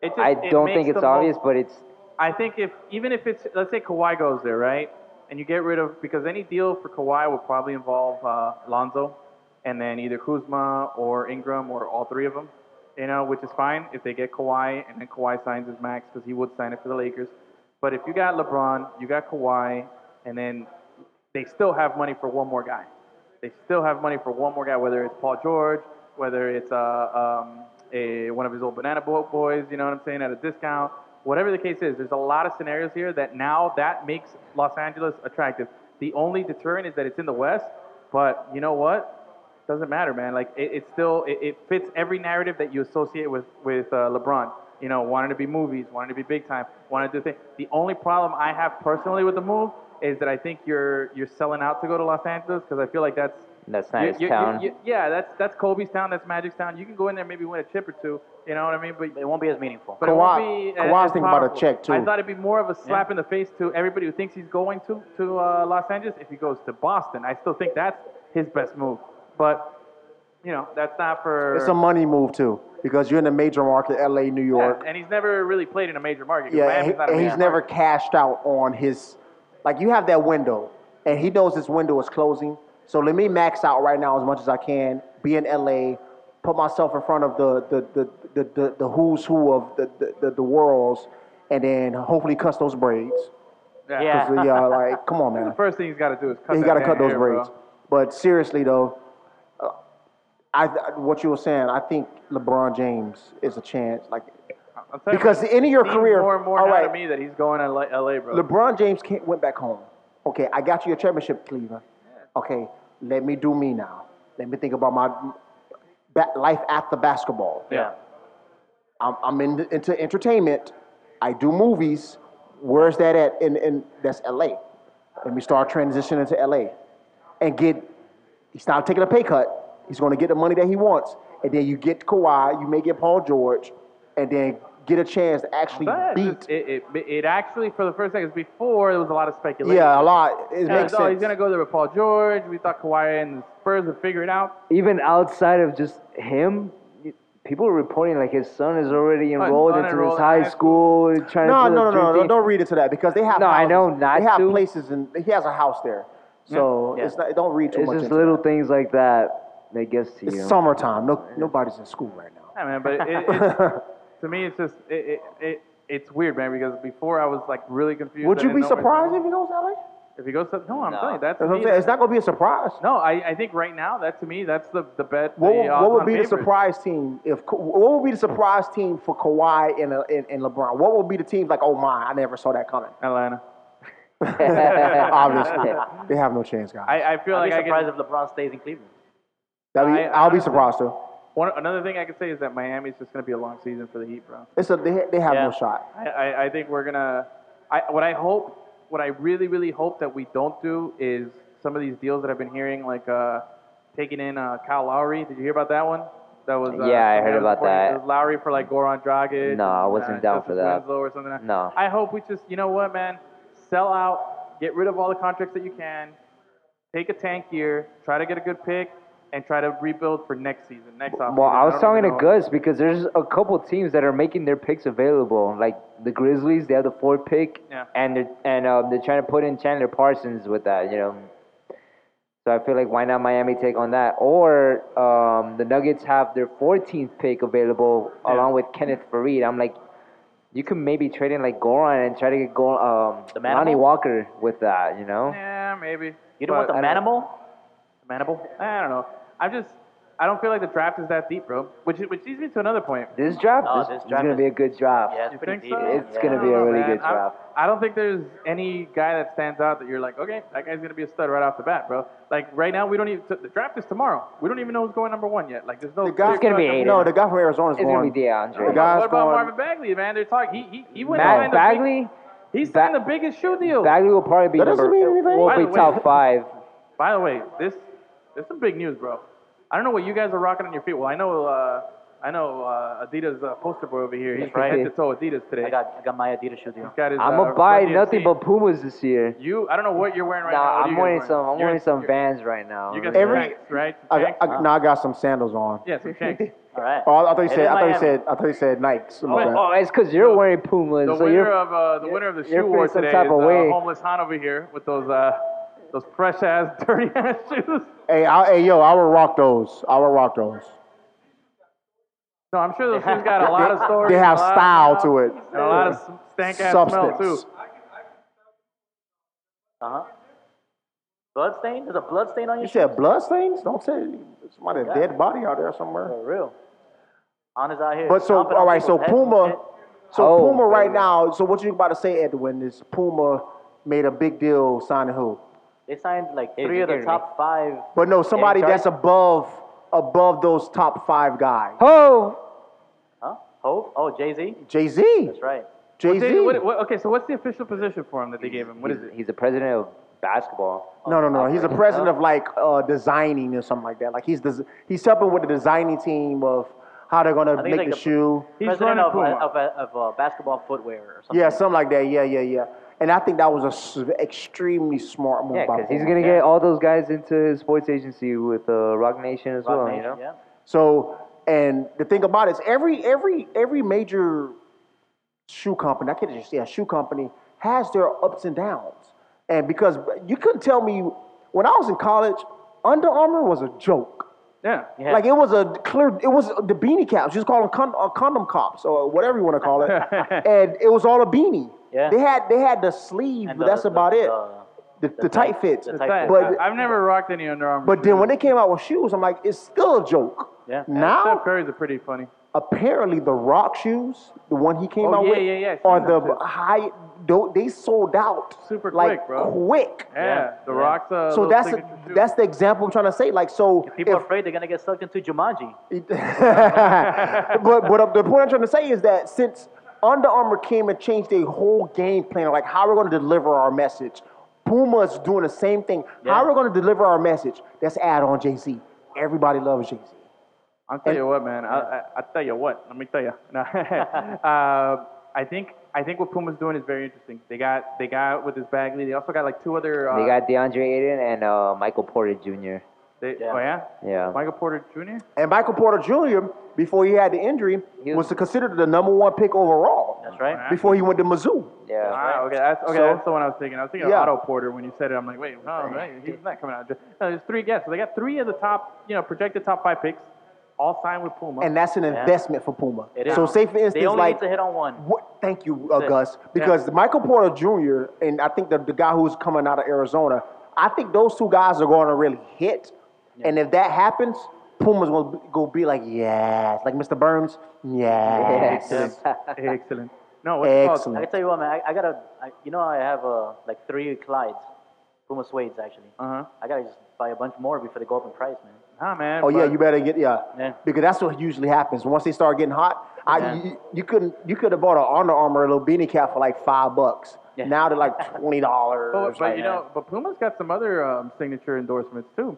S1: it just-
S5: I
S1: it
S5: don't
S1: makes
S5: think it's
S1: the most-
S5: obvious, but it's
S1: I think if even if it's let's say Kawhi goes there, right, and you get rid of because any deal for Kawhi would probably involve uh, Lonzo, and then either Kuzma or Ingram or all three of them, you know, which is fine if they get Kawhi and then Kawhi signs his max because he would sign it for the Lakers. But if you got LeBron, you got Kawhi, and then they still have money for one more guy. They still have money for one more guy, whether it's Paul George, whether it's uh, um, a, one of his old banana boat boys, you know what I'm saying, at a discount. Whatever the case is, there's a lot of scenarios here that now that makes Los Angeles attractive. The only deterrent is that it's in the West, but you know what? Doesn't matter, man. Like it, it still it, it fits every narrative that you associate with with uh, LeBron. You know, wanting to be movies, wanting to be big time, wanting to do things. The only problem I have personally with the move is that I think you're you're selling out to go to Los Angeles because I feel like that's
S5: that's not
S1: you-
S5: his
S1: you- you-
S5: town.
S1: you- yeah, that's that's Kobe's town, that's Magic's town. You can go in there maybe win a chip or two. You know what I mean? But
S2: It won't be as meaningful.
S1: but it won't
S3: Kawhi-
S1: be as-
S3: Kawhi's
S1: as
S3: thinking about a
S1: powerful.
S3: check, too.
S1: I thought it'd be more of a slap in the face to everybody who thinks he's going to to uh, Los Angeles if he goes to Boston. I still think that's his best move, but you know that's not for.
S3: It's a money move too, because you're in the major market, LA, New
S1: Yeah,
S3: York.
S1: and he's never really played in a major market. 'cause
S3: Yeah,
S1: Miami's
S3: and, he-
S1: not a
S3: and
S1: major
S3: he's never
S1: market.
S3: cashed out on his. Like you have that window, and he knows this window is closing. So let me max out right now as much as I can. Be in LA, put myself in front of the the the the, the, the who's who of the the, the the worlds, and then hopefully cuss those braids.
S2: Yeah.
S3: 'Cause, yeah, like come on, man.
S1: The first thing he's got to do is cut.
S3: He
S1: that
S3: got to
S1: damn
S3: cut those
S1: hair, bro.
S3: braids. But seriously though, uh, I what you were saying, I think LeBron James is a chance. Like
S1: I'm telling you,
S3: Because
S1: it
S3: the end of your
S1: seems
S3: career-
S1: more and more
S3: all
S1: now to
S3: right.
S1: me that he's going to L- LA, bro.
S3: LeBron James came, went back home. Okay, I got you a championship, Cleveland. Okay, let me do me now. Let me think about my ba- life after basketball.
S1: yeah.
S3: I'm, I'm in, into entertainment. I do movies. Where's that at? In, in that's L.A. Let me start transitioning to L.A. and get. He's not taking a pay cut. He's going to get the money that he wants, and then you get Kawhi. You may get Paul George, and then get a chance to actually
S1: But
S3: beat.
S1: it, it, it actually, for the first seconds before, there was a lot of speculation.
S3: yeah, a lot. It
S1: Yeah,
S3: makes
S1: oh,
S3: sense.
S1: he's gonna go there with Paul George. We thought Kawhi and the Spurs would figure it out.
S5: Even outside of just him, people are reporting like his son is already enrolled
S1: son
S5: into
S1: enrolled
S5: this
S1: in
S5: high
S1: high
S5: school. Trying
S3: no,
S5: to do
S3: no, no,
S5: the
S3: no,
S5: three
S3: no, Don't read into that because they have.
S5: No, I
S3: houses.
S5: know not
S3: They have
S5: to.
S3: places and he has a house there, so
S2: Yeah.
S3: it's not, don't read too
S5: It's
S3: much.
S5: just
S3: into
S5: little
S3: that.
S5: things like that that gets to
S3: It's
S5: you.
S3: summertime. No, nobody's in school right now.
S1: Yeah, man. But it, it, it's- to me, it's just it, it, it, it's weird, man. Because before I was like really confused.
S3: Would
S1: I
S3: you
S1: didn't
S3: be
S1: know where-
S3: surprised if he goes LA?
S1: if he goes? To, no, I'm
S2: No.
S1: telling you, that's,
S3: That's what I'm saying. It's not going to be a surprise.
S1: no. I, I think right now, that to me, that's the the bet.
S3: What, would-
S1: the odds
S3: what would
S1: on
S3: be the
S1: favorites.
S3: surprise team if Ka- what would be the surprise team for Kawhi and, uh, and, and LeBron? What would be the team like? Oh my, I never saw that coming.
S1: Atlanta.
S3: Obviously, they have no chance, guys.
S1: I, I feel like
S2: I'd be
S1: I
S2: surprised
S1: could,
S2: if LeBron stays in Cleveland.
S3: That'd be,
S1: I-
S3: I, will be surprised too.
S1: one, another thing I could say is that Miami's just gonna be a long season for the Heat, bro.
S3: It's a they, they have
S2: Yeah.
S3: no shot.
S1: I, I, I think we're gonna. I, what I hope, what I really, really hope that we don't do is some of these deals that I've been hearing, like uh, taking in uh, Kyle Lowry. Did you hear about that one? That was uh,
S5: Yeah, I
S1: that
S5: heard
S1: was
S5: about
S1: reported.
S5: that.
S1: It was Lowry for like Goran Dragic.
S5: No, I
S1: and,
S5: wasn't
S1: uh,
S5: down for
S1: Justice
S5: that.
S1: Winslow or something. like that.
S5: No.
S1: I hope we just, you know what, man, sell out, get rid of all the contracts that you can, take a tank year, try to get a good pick, and try to rebuild for next season, next offseason.
S5: Well, I was
S1: don't
S5: talking
S1: even
S5: to
S1: know.
S5: Gus because there's a couple teams that are making their picks available. Like the Grizzlies, they have the fourth pick,
S1: Yeah.
S5: and they're, and um, they're trying to put in Chandler Parsons with that, you know. So I feel like why not Miami take on that, or um, the Nuggets have their 14th pick available
S1: Yeah.
S5: along with Kenneth Farid. I'm like, you could maybe trade in like Goran and try to get Gor um,
S2: The Manimal?
S5: Lonnie Walker with that, you know.
S1: Yeah, maybe.
S2: You don't
S1: But
S2: want the
S1: I don't-
S2: manimal?
S1: Manable? I don't know. I'm just, I don't feel like the draft is that deep, bro. Which, which leads me to another point.
S5: This draft,
S2: No,
S5: is,
S2: Oh, this
S5: is
S2: draft
S5: gonna
S2: is-
S5: be a good draft.
S2: Yeah, it's
S1: You
S2: pretty
S1: think
S2: deep.
S1: so?
S5: It's
S2: yeah.
S5: gonna
S1: I
S5: be
S1: don't
S5: a
S1: know,
S5: really
S1: man.
S5: good draft.
S1: I, I don't think there's any guy that stands out that you're like, okay, that guy's gonna be a stud right off the bat, bro. Like right now, we don't even. The draft is tomorrow. We don't even know who's going number one yet. Like there's no.
S3: The guy,
S5: It's gonna be Aiden.
S3: No, the guy from Arizona's
S5: It's
S3: going.
S5: gonna be DeAndre.
S3: The guy's
S1: What about
S3: going-
S1: Marvin Bagley, man? They're talking. He he he went
S5: Matt
S1: and signed
S5: Bagley,
S1: The big, he signed
S5: Ba-
S1: the biggest shoe deal.
S5: Bagley will probably be
S3: That doesn't
S5: number.
S3: mean anything.
S5: Will
S1: By
S5: be
S1: the way-
S5: top five.
S1: By the way, this this is some big news, bro. I don't know what you guys are rocking on your feet. Well, I know uh, I know uh, Adidas uh, poster boy over here. He's
S2: That's right.
S1: head to toe Adidas today.
S2: I got, I got my Adidas shoe deal.
S1: He's got his,
S5: I'm
S1: uh,
S5: gonna buy
S1: Run
S5: nothing
S1: DMC.
S5: but Pumas this year.
S1: You, I don't know what you're wearing right now.
S5: nah,
S1: What are
S5: I'm
S1: you guys
S5: wearing some. I'm
S1: You're-
S5: wearing some
S1: you're-
S5: Vans right now.
S1: You got
S5: Yeah.
S1: some
S3: Every-
S1: shanks, right?
S3: I,
S1: Shanks?
S3: I, no, I got some sandals on.
S1: yeah, some shanks.
S2: All right.
S3: Oh, I thought you
S2: It
S3: said.
S2: is
S3: I thought you
S2: Miami.
S3: said. I thought you said Nikes. My bad.
S5: oh, it's because you're wearing Pumas,
S1: The
S5: so
S1: winner
S5: you're.
S1: of uh, the winner of the
S5: you're
S1: shoe war
S5: feeling some
S1: today
S5: type
S1: is
S5: of
S1: uh,
S5: way.
S1: homeless Han over here with those uh, those fresh ass, dirty ass shoes.
S3: Hey, I, hey, yo, I will rock those. I will rock those.
S1: No, I'm sure those shoes got a lot of stories.
S3: They have
S1: a lot of
S3: style to it.
S1: And a lot of stank ass smell too.
S3: Substance.
S2: Uh huh. Blood stain? There's a blood stain on your
S3: You
S2: shoe?
S3: said blood stains? Don't say somebody a dead body out there somewhere.
S2: For real. Hon is out here.
S3: But so,
S2: stomping on
S3: all right, so
S2: people's heads and
S3: Puma,
S2: shit.
S3: so
S5: Oh,
S3: Puma right
S5: baby.
S3: now. So what you about to say, Edwin? Is Puma made a big deal signing who?
S2: They signed like
S5: Hey,
S2: three
S5: you
S2: of the
S5: hear me?
S2: top five.
S3: But no, somebody
S5: sorry?
S3: that's above above those top five guys.
S5: Oh,
S2: Huh? Hope? Oh, Jay Z?
S3: Jay Z.
S2: That's right.
S3: Jay Z.
S1: Dude, what,
S3: No,
S1: what, okay, so what's the official position for him that they gave him? What is
S5: he's,
S1: it?
S5: He's the president of basketball.
S3: no, no. He's the president of like uh, designing or something like that. Like he's des- he's helping with the designing team of how they're gonna
S2: think
S3: make
S2: like
S3: the
S2: a-
S3: shoe.
S1: He's
S2: President
S1: running
S2: of,
S1: Puma.
S2: of, of, uh, basketball footwear or something.
S3: Yeah, something like that. Yeah, yeah, yeah. And I think that was a s- extremely smart move
S5: Yeah,
S3: by
S5: because he's
S3: Puma.
S5: gonna get all those guys into his sports agency with uh, Rock Nation as
S2: Roc
S5: well.
S2: Nation,
S5: you know.
S2: yeah.
S3: So, and the thing about it is every every every major shoe company, I can't just yeah, shoe company has their ups and downs. And because you couldn't tell me when I was in college, Under Armour was a joke.
S1: Yeah.
S2: Yeah.
S3: Like it was a clear, it was the beanie caps. Just call them con, uh, condom cops or whatever you want to call it. and it was all a beanie.
S2: Yeah.
S3: They had they had the sleeve,
S2: And uh,
S3: but
S2: the-
S3: that's about
S2: the-
S3: it.
S2: the-
S3: The, the, tight, fits.
S2: the
S1: It's like-
S3: But-
S1: I, have never rocked any Under Armour.
S3: But
S1: shoes.
S3: then when they came out with shoes, I'm like, it's still a joke.
S2: Yeah.
S1: Steph
S3: Now
S1: Curry's are pretty funny.
S3: apparently the rock shoes, the one he came
S1: Oh,
S3: out
S1: yeah,
S3: with,
S1: yeah, yeah, I've
S3: are
S1: seen them
S3: the
S1: too.
S3: high. tho- They sold out
S1: Super
S3: like
S1: quick, bro.
S3: quick.
S1: Yeah,
S2: Yeah.
S1: the
S2: Yeah.
S1: Rock's a
S3: So
S1: little
S3: that's
S1: signature shoe.
S3: that's the example I'm trying to say. Like so,
S2: People
S3: if-
S2: are afraid they're going to get sucked into Jumanji.
S3: but but the point I'm trying to say is that since Under Armour came and changed their whole game plan, like how we're going to deliver our message, Puma's doing the same thing. How
S2: Yeah.
S3: we're going to deliver our message? Let's add on Jay Z. Everybody loves Jay Z.
S1: I'll tell you what, man. I, I, I'll tell you what. Let me tell you. No. uh, I think I think what Puma's doing is very interesting. They got they got with this Bagley. They also got like two other. Uh,
S5: They got DeAndre Ayton and uh, Michael Porter Jr.
S1: they-
S2: Yeah.
S1: Oh yeah.
S5: Yeah.
S1: Michael Porter Jr.
S3: And Michael Porter Jr., before he had the injury,
S5: He
S3: was
S5: was-
S3: considered the number one pick overall
S2: That's right.
S3: before he went to Mizzou.
S5: Yeah.
S1: Wow, Ah, okay, that's, okay,
S3: So-
S1: that's the one I was thinking. I was thinking
S3: Yeah.
S1: of Otto Porter when you said it. I'm like, wait, no, no, he's not coming out. Just- No, there's three guests. So they got three of the top, you know, projected top five picks, all signed with Puma.
S3: And that's an investment for Puma.
S2: It is.
S3: So, say for instance,
S2: They only
S3: like,
S2: need to hit on one.
S3: what, thank you, uh,
S2: it.
S3: Gus, because Michael Porter Jr., and I think the, the guy who's coming out of Arizona, I think those two guys are going to really hit. And if that happens, Puma's going to go be like, yes, like Mr. Burns, yes.
S1: Excellent. Excellent. No, what's
S3: Excellent.
S2: I can tell you what, man. I, I gotta, I, you know, I have uh, like three Clydes, Puma Suede's actually.
S1: Uh huh.
S2: I gotta just buy a bunch more before they go up in price, man.
S1: Nah, man.
S3: Oh yeah,
S1: but-
S3: you better get yeah.
S2: Yeah.
S3: Because that's what usually happens. Once they start getting hot, I,
S2: Yeah.
S3: you, you couldn't you could have bought an Under Armour little beanie cap for like five bucks.
S2: Yeah.
S3: Now they're like twenty dollars.
S1: But, but
S3: like,
S1: you know, but Puma's got some other um, signature endorsements too.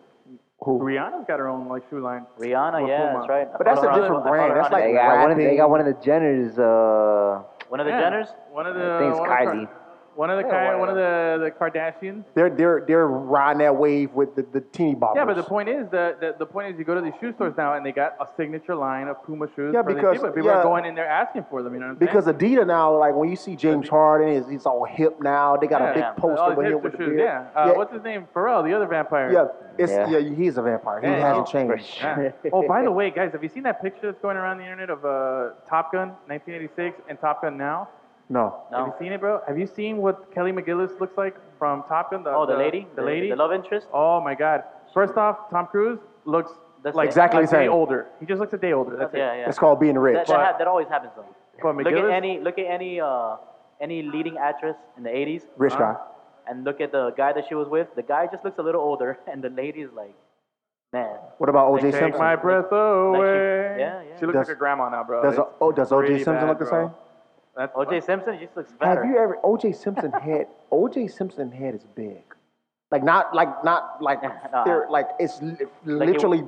S3: Who?
S1: Rihanna's got her own like shoe line.
S2: Rihanna,
S1: With
S2: yeah,
S1: Puma.
S2: that's right. I
S3: But that's
S2: found
S3: a
S2: her
S3: different
S2: on- I found her
S3: brand. That's
S2: on
S3: like-
S5: They
S2: Instagram.
S5: got one of they
S3: rapping.
S5: got one of the Jenners. Uh,
S2: one of the
S1: Yeah,
S2: Jenners.
S1: One of
S5: I
S1: the.
S5: think it's
S1: one of the
S5: Kylie.
S1: Kar- One of the
S5: Yeah,
S1: Ki-
S5: why
S1: one of the, the Kardashians.
S3: They're they're they're riding that wave with the, the teeny boppers.
S1: Yeah, but the point is the, the the point is you go to these shoe stores now and they got a signature line of Puma shoes.
S3: Yeah,
S1: for these
S3: because-
S1: people. people
S3: yeah.
S1: are going in there asking for them. You know what I'm
S3: because
S1: saying?
S3: Adidas now, like when you see James Harden, he's, he's all hip now. They got a
S1: Yeah,
S3: big
S1: yeah.
S3: poster
S1: All
S3: with
S1: his
S3: him with the
S1: hipster shoes,
S3: beard.
S1: Yeah. Uh, What's his name? Pharrell, the other vampire.
S3: yeah, it's, yeah,
S5: Yeah.
S3: he's a vampire. He
S1: Yeah,
S3: hasn't
S1: yeah.
S3: changed.
S1: Yeah. oh, by the way, guys, have you seen that picture that's going around the internet of uh, Top Gun 1986 and Top Gun now?
S3: No,
S1: Have you
S2: No.
S1: seen it, bro? Have you seen what Kelly McGillis looks like from Top Gun?
S2: Oh, the lady,
S1: The lady.
S2: the love interest.
S1: oh my God! First off, Tom Cruise looks
S2: That's
S1: like
S2: it.
S3: Exactly
S1: a
S3: the
S1: day
S3: same.
S1: older. He just looks a day older. That's
S2: yeah,
S1: it.
S2: yeah.
S3: it's called being rich.
S2: That, that, ha- that always happens though.
S1: But
S2: Look at
S1: McGillis-
S2: any, look at any, uh, any leading actress in the '80s,
S3: rich
S1: Uh-huh.
S3: guy.
S2: and look at the guy that she was with. The guy just looks a little older, and the lady is like, man.
S3: What about OJ
S1: Take
S3: Simpson?
S1: my breath away.
S2: yeah, yeah.
S1: She looks
S3: Does-
S1: like a grandma now, bro.
S3: Does
S1: It's
S3: oh does OJ
S1: pretty
S3: Simpson
S1: bad,
S3: look the
S1: bro.
S3: same?
S1: That's
S2: OJ Simpson he just looks
S3: Have
S2: better.
S3: you ever OJ Simpson head? OJ Simpson head is big. Like not like not like
S2: Nah.
S3: they're like it's li- literally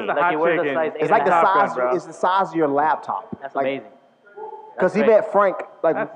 S1: This is the
S2: Like
S1: hot
S2: he wears a
S1: chicken.
S2: size
S3: it's
S2: eight
S3: like the
S2: and a half
S3: size.
S1: Gun, bro.
S3: it's the size of your laptop.
S2: That's
S3: like,
S2: amazing.
S3: Because he
S2: That's great.
S3: met Frank. Like,
S1: That's,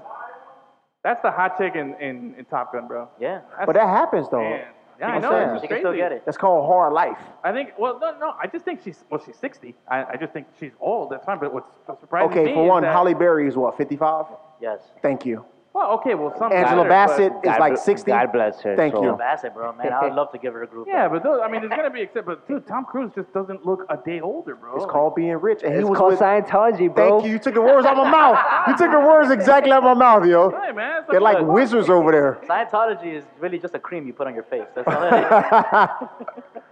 S1: that's the hot chick in, in, in Top Gun, bro.
S2: Yeah.
S3: but that happens though.
S1: Man. Yeah, I
S3: I'm
S1: know.
S3: saying.
S1: It's
S2: She
S1: just
S2: can still
S1: crazy.
S2: get it.
S3: That's called hard life.
S1: I think. Well, no, no. I just think she's. Well, she's 60. I, I just think she's old. That's fine. But what's surprising to
S3: Okay,
S1: me
S3: for
S1: is
S3: one,
S1: that-
S3: Holly Berry is what 55.
S2: Yes.
S3: Thank you.
S1: Well, okay. Well, some.
S3: Angela
S1: better,
S3: Bassett
S1: but-
S3: is
S5: God
S3: like
S5: bl-
S3: 60.
S5: God bless her.
S3: Thank
S5: soul.
S3: you.
S2: Bassett, bro, man. I would love to give her a group.
S1: yeah, but those, I mean, there's gonna be except. But dude, Tom Cruise just doesn't look a day older, bro.
S3: It's called being rich, and he
S5: It's
S3: was
S5: called
S3: with.
S5: Scientology, bro.
S3: Thank you. You took the words out of my mouth. You took the words exactly out of my mouth, yo.
S1: Hey, man. it's
S3: They're like
S1: look,
S3: wizards over there.
S2: Scientology is really just a cream you put on your face. That's all it is.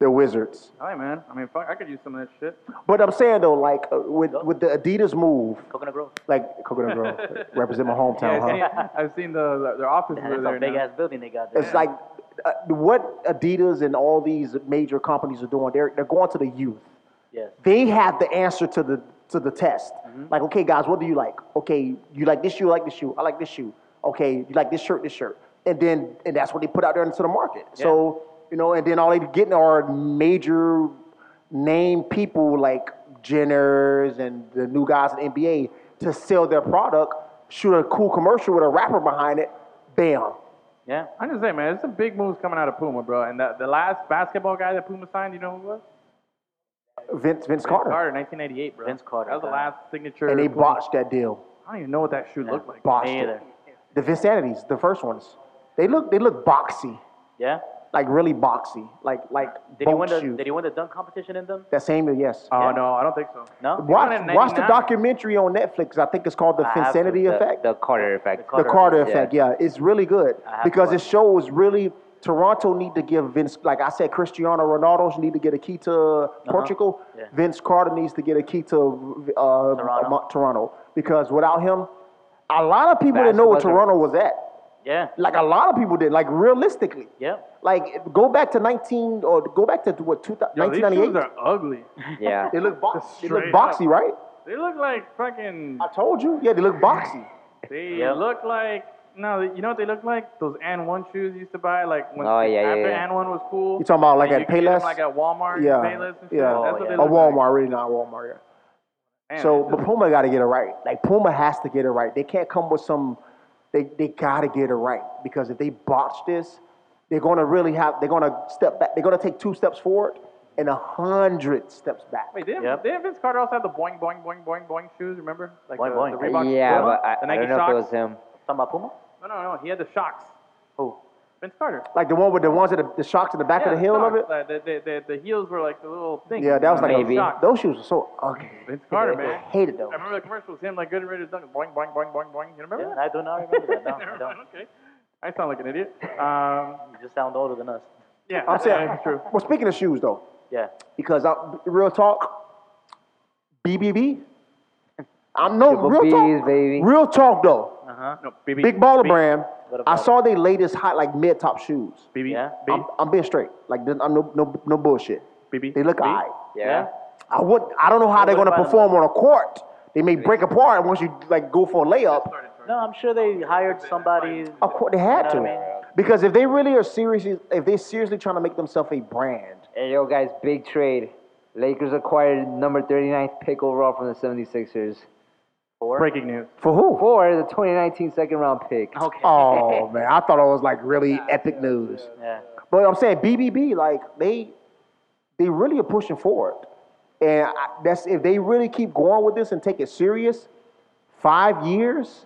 S3: They're wizards.
S1: Hey, man. I mean, fuck. I could use some of that shit.
S3: But I'm saying though, like uh, with with the Adidas move,
S2: Coconut Grove.
S3: like Coconut Grove represent my hometown,
S1: Yeah, I've, seen,
S3: huh?
S1: I've seen the, the their offices
S2: Man,
S1: over
S2: that's a
S1: there.
S2: big
S1: now.
S2: ass building they got there.
S3: It's like uh, what Adidas and all these major companies are doing. They're they're going to the youth.
S2: yes.
S3: They have the answer to the to the test. Like, okay, guys, what do you like? Okay, you like this shoe, I like this shoe, I like this shoe. Okay, you like this shirt, this shirt, and then and that's what they put out there into the market. So you know, and then all they're getting are major name people like Jenner's and the new guys in the NBA to sell their product, shoot a cool commercial with a rapper behind it, bam.
S2: Yeah.
S1: I'm just saying, man. There's some big moves coming out of Puma, bro. And the, the last basketball guy that Puma signed, you know who it was?
S3: Vince Vince
S1: Vince
S3: Carter.
S1: Carter, 1988, bro.
S2: Vince Carter,
S1: That was the
S2: God.
S1: last signature.
S3: And they
S1: Puma.
S3: botched that deal.
S1: I don't even know what that shoe looked like.
S3: Botched
S2: Me either.
S3: it. The Vicinities, the first ones. They look they look boxy.
S2: Yeah.
S3: Like really boxy. Like like
S2: Did he
S3: boat
S2: win the
S3: shoes.
S2: Did he Uh, win the dunk competition in them?
S3: that same year, yes.
S1: Oh
S2: Yeah.
S1: no, I don't think so.
S2: No.
S3: watch,
S1: won in
S3: watch the
S1: 99.
S3: documentary on Netflix. I think it's called The
S2: I have to-
S3: Vincenity
S5: The,
S3: Effect.
S5: the Carter effect.
S3: The
S2: Carter
S3: Carter
S5: Effect,
S3: effect, yeah. It's really good
S2: I have to
S3: because it
S2: watch
S3: shows really Toronto need to give Vince, like I said, Cristiano Ronaldo need to get a key to Portugal.
S2: Uh-huh. Yeah.
S3: Vince Carter needs to get a key to uh,
S2: Toronto.
S3: Mo- Toronto because without him, a lot of people didn't know where
S5: Basketball's
S3: Toronto was at.
S2: Yeah.
S3: Like a lot of people did, like realistically.
S2: Yeah.
S3: Like go back to 19 or go back to what two,
S1: Yo, these shoes
S3: 1998.
S1: are ugly.
S5: Yeah.
S3: They look boxy. They look
S1: Straight up.
S3: boxy, right?
S1: They look like fucking.
S3: I told you. Yeah, they look boxy.
S1: They
S2: Yeah.
S1: look like No, you know what they look like? Those and one shoes you used to buy, like when
S5: Oh, yeah, yeah,
S1: after
S5: yeah.
S1: and one was cool.
S3: You talking about like
S1: and
S3: at
S1: you could get them,
S3: Payless?
S1: like at Walmart, and
S3: yeah,
S1: Payless, and shit.
S3: yeah,
S1: That's what they
S5: yeah.
S3: a
S1: look
S3: Walmart,
S1: Like.
S3: really not Walmart.
S1: Man,
S3: Yeah. So,
S1: it's
S3: but
S1: just-
S3: Puma got to get it right. Like Puma has to get it right. They can't come with some. They they got to get it right because if they botch this, they're going to really have. They're going to step back. They're going to take two steps forward and a hundred steps back.
S1: wait, didn't,
S2: Yep.
S1: didn't Vince Carter also have the boing boing boing boing boing shoes? Remember, like
S2: Boing,
S1: the,
S2: boing.
S1: the Reebok
S5: yeah,
S1: Puma?
S5: but I,
S1: the
S5: I
S1: Nike
S5: don't know
S1: shocks.
S5: if it was him.
S2: Talking about Puma?
S1: No, no, no. He had the shocks.
S2: Who?
S1: Vince Carter.
S3: Like the one with the ones that the, the shocks in the back
S1: yeah,
S3: of the heel
S1: socks,
S3: of it.
S1: Like, the, the, the, the heels were like the little thing.
S3: Yeah, that was like
S5: Maybe.
S3: a,
S1: Shock.
S3: those shoes were so ugly.
S1: Vince Carter,
S3: I
S1: man.
S3: hated those.
S1: I remember the commercials. Him like good and ready to dunk. Boing boing boing boing boing. You remember
S2: Yeah,
S1: that?
S2: I do not remember that. No,
S1: Never
S2: I don't.
S1: mind, Okay. I sound like an idiot. Um,
S2: You just sound older than us.
S1: yeah, uh,
S3: I'm saying.
S1: that's true.
S3: Well, speaking of shoes though,
S2: Yeah.
S3: because I, real talk, BBB. I'm no
S5: Triple
S3: real
S5: Bs,
S3: talk.
S5: baby.
S3: Real talk though.
S2: Uh huh.
S1: No, BB.
S3: Big Baller
S1: B-
S3: Brand.
S2: What about
S3: I saw their latest hot like mid top shoes.
S1: BB.
S2: Yeah.
S1: B-
S3: I'm, I'm being straight. Like this- I'm no no no bullshit.
S1: BB.
S3: They look
S1: B-
S3: alright.
S5: Yeah.
S3: I would I don't know how they're
S2: wouldn't
S3: gonna
S2: buy them.
S3: perform on a court. They may break apart once you like go for a layup.
S1: Started first.
S2: No, I'm sure they hired somebody.
S1: Oh,
S3: Of course they had
S2: You know
S3: to.
S2: what I mean?
S3: Because if they really are seriously if they seriously trying to make themselves a brand,
S5: Hey, yo, guys, big trade. Lakers acquired number 39th pick overall from the 76ers
S1: Breaking news.
S3: for who?
S5: for the 2019 second round pick.
S2: Okay.
S3: Oh man, I thought it was like really epic news.
S2: Yeah.
S3: But I'm saying BBB, like they, they really are pushing forward, and I, that's if they really keep going with this and take it serious, five years,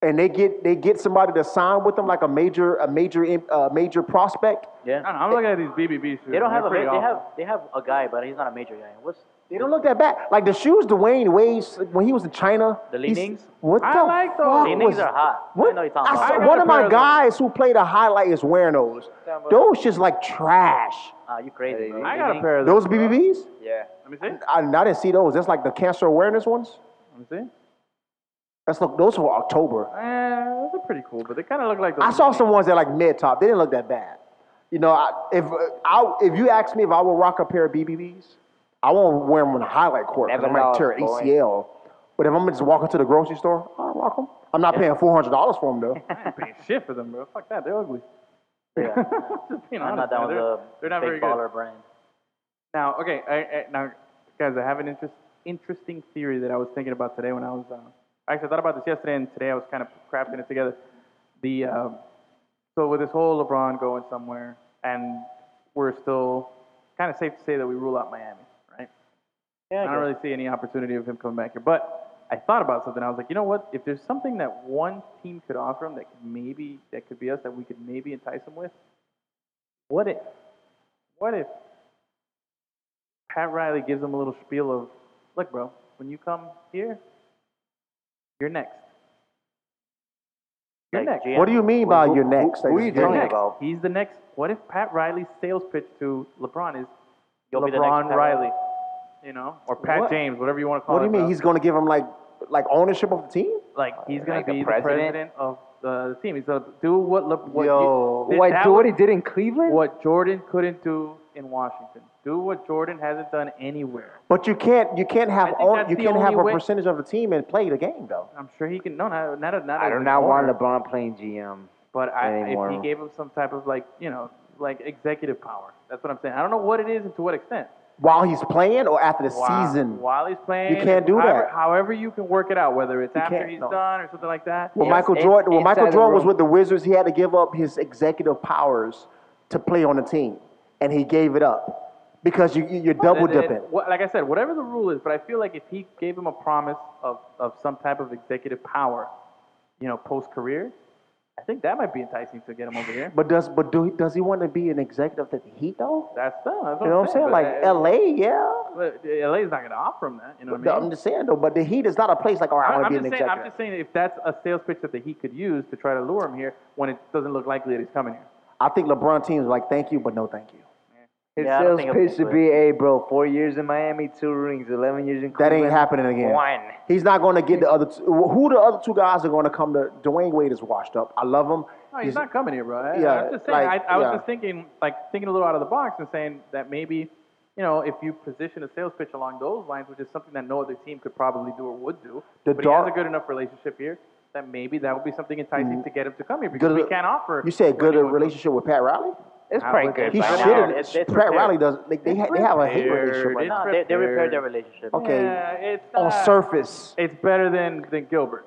S3: and they get they get somebody to sign with them like a major a major a major prospect.
S2: Yeah.
S1: I don't know, I'm looking at these BBB shoes.
S2: They don't have a.
S1: They're
S2: They
S1: pretty
S2: have.
S1: awful.
S2: They have a guy, but he's not a major guy. What's?
S3: They don't look that bad. Like the shoes Dwayne Wade's when he was in China.
S2: The
S3: he's-
S2: Leanings?
S3: What the
S1: I like those.
S3: fuck
S2: Leanings
S3: was-
S2: are hot. I
S3: What?
S2: know you're talking
S3: I
S2: about.
S3: saw-
S1: I got
S3: one
S1: a
S3: of
S1: pair
S3: my
S1: of those.
S3: guys who played a highlight is wearing those. Those just like trash.
S2: Ah, you crazy. bro.
S1: I got a pair of
S3: Those
S1: those, bro.
S3: BBBs?
S5: Yeah.
S1: Let me see.
S2: uh,
S1: Let
S3: I, I didn't see those. That's like the cancer awareness ones.
S1: me see.
S3: That's look. Those were October.
S1: Eh, those are pretty cool, but they kind of look like. Those
S3: I saw some ones that like mid top. They didn't look that bad. You know, I, if uh, I if you ask me if I would rock a pair of BBBs, I won't wear them on the highlight court. 'cause
S5: Never
S3: I might
S5: know,
S3: tear an
S5: boy.
S3: ACL. But if I'm just walking to the grocery store, I'll rock them. I'm not paying four hundred dollars for them though.
S1: I ain't paying shit for them, bro. Fuck that. They're ugly.
S2: Yeah.
S1: Just being honest.
S2: I'm not down
S1: man.
S2: with
S1: they're,
S2: the
S1: they're not very
S2: big
S1: good.
S2: baller brand.
S1: Now, okay, I, I, now, guys, I have an interest, interesting theory that I was thinking about today when I was. Uh, actually, I thought about this yesterday, and today I was kind of crafting it together. The um, so with this whole LeBron going somewhere, and we're still kind of safe to say that we rule out Miami, right?
S2: Yeah.
S1: I don't really see any opportunity of him coming back here. But I thought about something. I was like, you know what? If there's something that one team could offer him that could maybe that could be us that we could maybe entice him with, what if? What if Pat Riley gives him a little spiel of, look, bro, when you come here, you're next. You're
S2: Like
S1: next.
S2: GM.
S3: What do you mean by
S5: Who-
S3: your
S5: who-
S3: next?
S5: who are you
S3: Like,
S1: You're
S5: talking
S1: next.
S5: about?
S1: He's the next. What if Pat Riley's sales pitch to LeBron is
S2: You'll be the next
S1: LeBron
S2: Pat
S1: Riley, you know, or Pat
S3: What?
S1: James, whatever you want to call
S3: What do
S1: it.
S3: you mean?
S1: bro.
S3: He's going to give him like like ownership of the team?
S1: like he's gonna
S5: Like a
S1: be the
S5: president?
S1: president of the team. He's gonna do what Le- what,
S3: Yo.
S1: you,
S5: What,
S1: that
S5: do what
S1: was-
S5: he did in Cleveland?
S1: what Jordan couldn't do in Washington. Do what Jordan hasn't done anywhere.
S3: But you can't you can't have
S1: think
S3: own,
S1: that's
S3: you
S1: the
S3: can't have
S1: only
S3: a
S1: way-
S3: percentage of the team and play the game though.
S1: I'm sure he can. No, not not, not
S5: I
S1: as
S5: do
S1: an
S5: not want
S1: owner,
S5: LeBron playing GM.
S1: But I, if he
S5: anymore.
S1: gave him some type of like you know like executive power, that's what I'm saying. I don't know what it is and to what extent.
S3: While he's playing or after the
S1: While-
S3: season.
S1: while he's playing,
S3: You can't do
S1: however,
S3: that.
S1: However, you can work it out, whether it's after
S3: can't,
S1: he's
S3: no.
S1: done or something like that.
S3: Well,
S5: Yes,
S3: Michael
S5: it's
S3: Jordan, when
S5: inside
S3: Michael
S5: the
S3: Jordan was
S5: room.
S3: with the Wizards, he had to give up his executive powers to play on the team, and he gave it up because you, you- you're double
S1: And- and
S3: dipping.
S1: what- like I said, whatever the rule is, but I feel like if he gave him a promise of, of some type of executive power, you know, post career, I think that might be enticing to get him over here.
S3: But does but do, does he want to be an executive at the Heat though?
S1: That's no, that's what
S3: You know what I'm saying? Like
S1: uh,
S3: L.A., yeah.
S1: LA, LA's not going to offer him that. You know what I mean?
S3: No, I'm just saying though, but the Heat is not a place like all right, I
S1: I-
S3: want
S1: I'm
S3: to be
S1: just
S3: an
S1: saying, I'm
S3: executive.
S1: just saying, if that's a sales pitch that the Heat could use to try to lure him here, when it doesn't look likely that he's coming here.
S3: I think LeBron teams are like thank you, but no thank you.
S5: His
S2: Yeah, I don't
S5: sales
S2: think
S5: pitch
S2: it'll
S5: should
S2: be
S5: be, hey, bro, four years in Miami, two rings, 11 years in
S3: That
S5: Cleveland.
S3: ain't happening again.
S5: One.
S3: He's not going to get the other. Two, who the other two guys are going to come to? Dwayne Wade is washed up. I love him.
S1: No, he's, not coming here, bro. I,
S3: Yeah,
S1: I'm just saying.
S3: like,
S1: I, I was
S3: yeah.
S1: just thinking, like thinking a little out of the box and saying that maybe, you know, if you position a sales pitch along those lines, which is something that no other team could probably do or would do,
S3: The
S1: but
S3: dark- Mm.
S1: he has a good enough relationship here that maybe that would be something enticing to get him to come here because
S3: Good-
S1: we can't offer.
S3: You said good
S1: anyone-
S3: relationship with Pat Riley?
S5: It's
S1: I
S5: pretty
S1: would-
S5: good.
S3: He
S5: by
S2: Right
S5: now.
S2: should
S3: shouldn't.
S2: have- it's- it's
S3: Pat
S2: repaired.
S3: Riley doesn't. They, they, ha- they have a hate
S1: repaired.
S3: relationship right
S1: It's
S3: now.
S2: No, they, they repaired their relationship.
S3: Okay.
S1: Yeah, it's
S3: On
S1: not-
S3: surface.
S1: It's better than than Gilbert.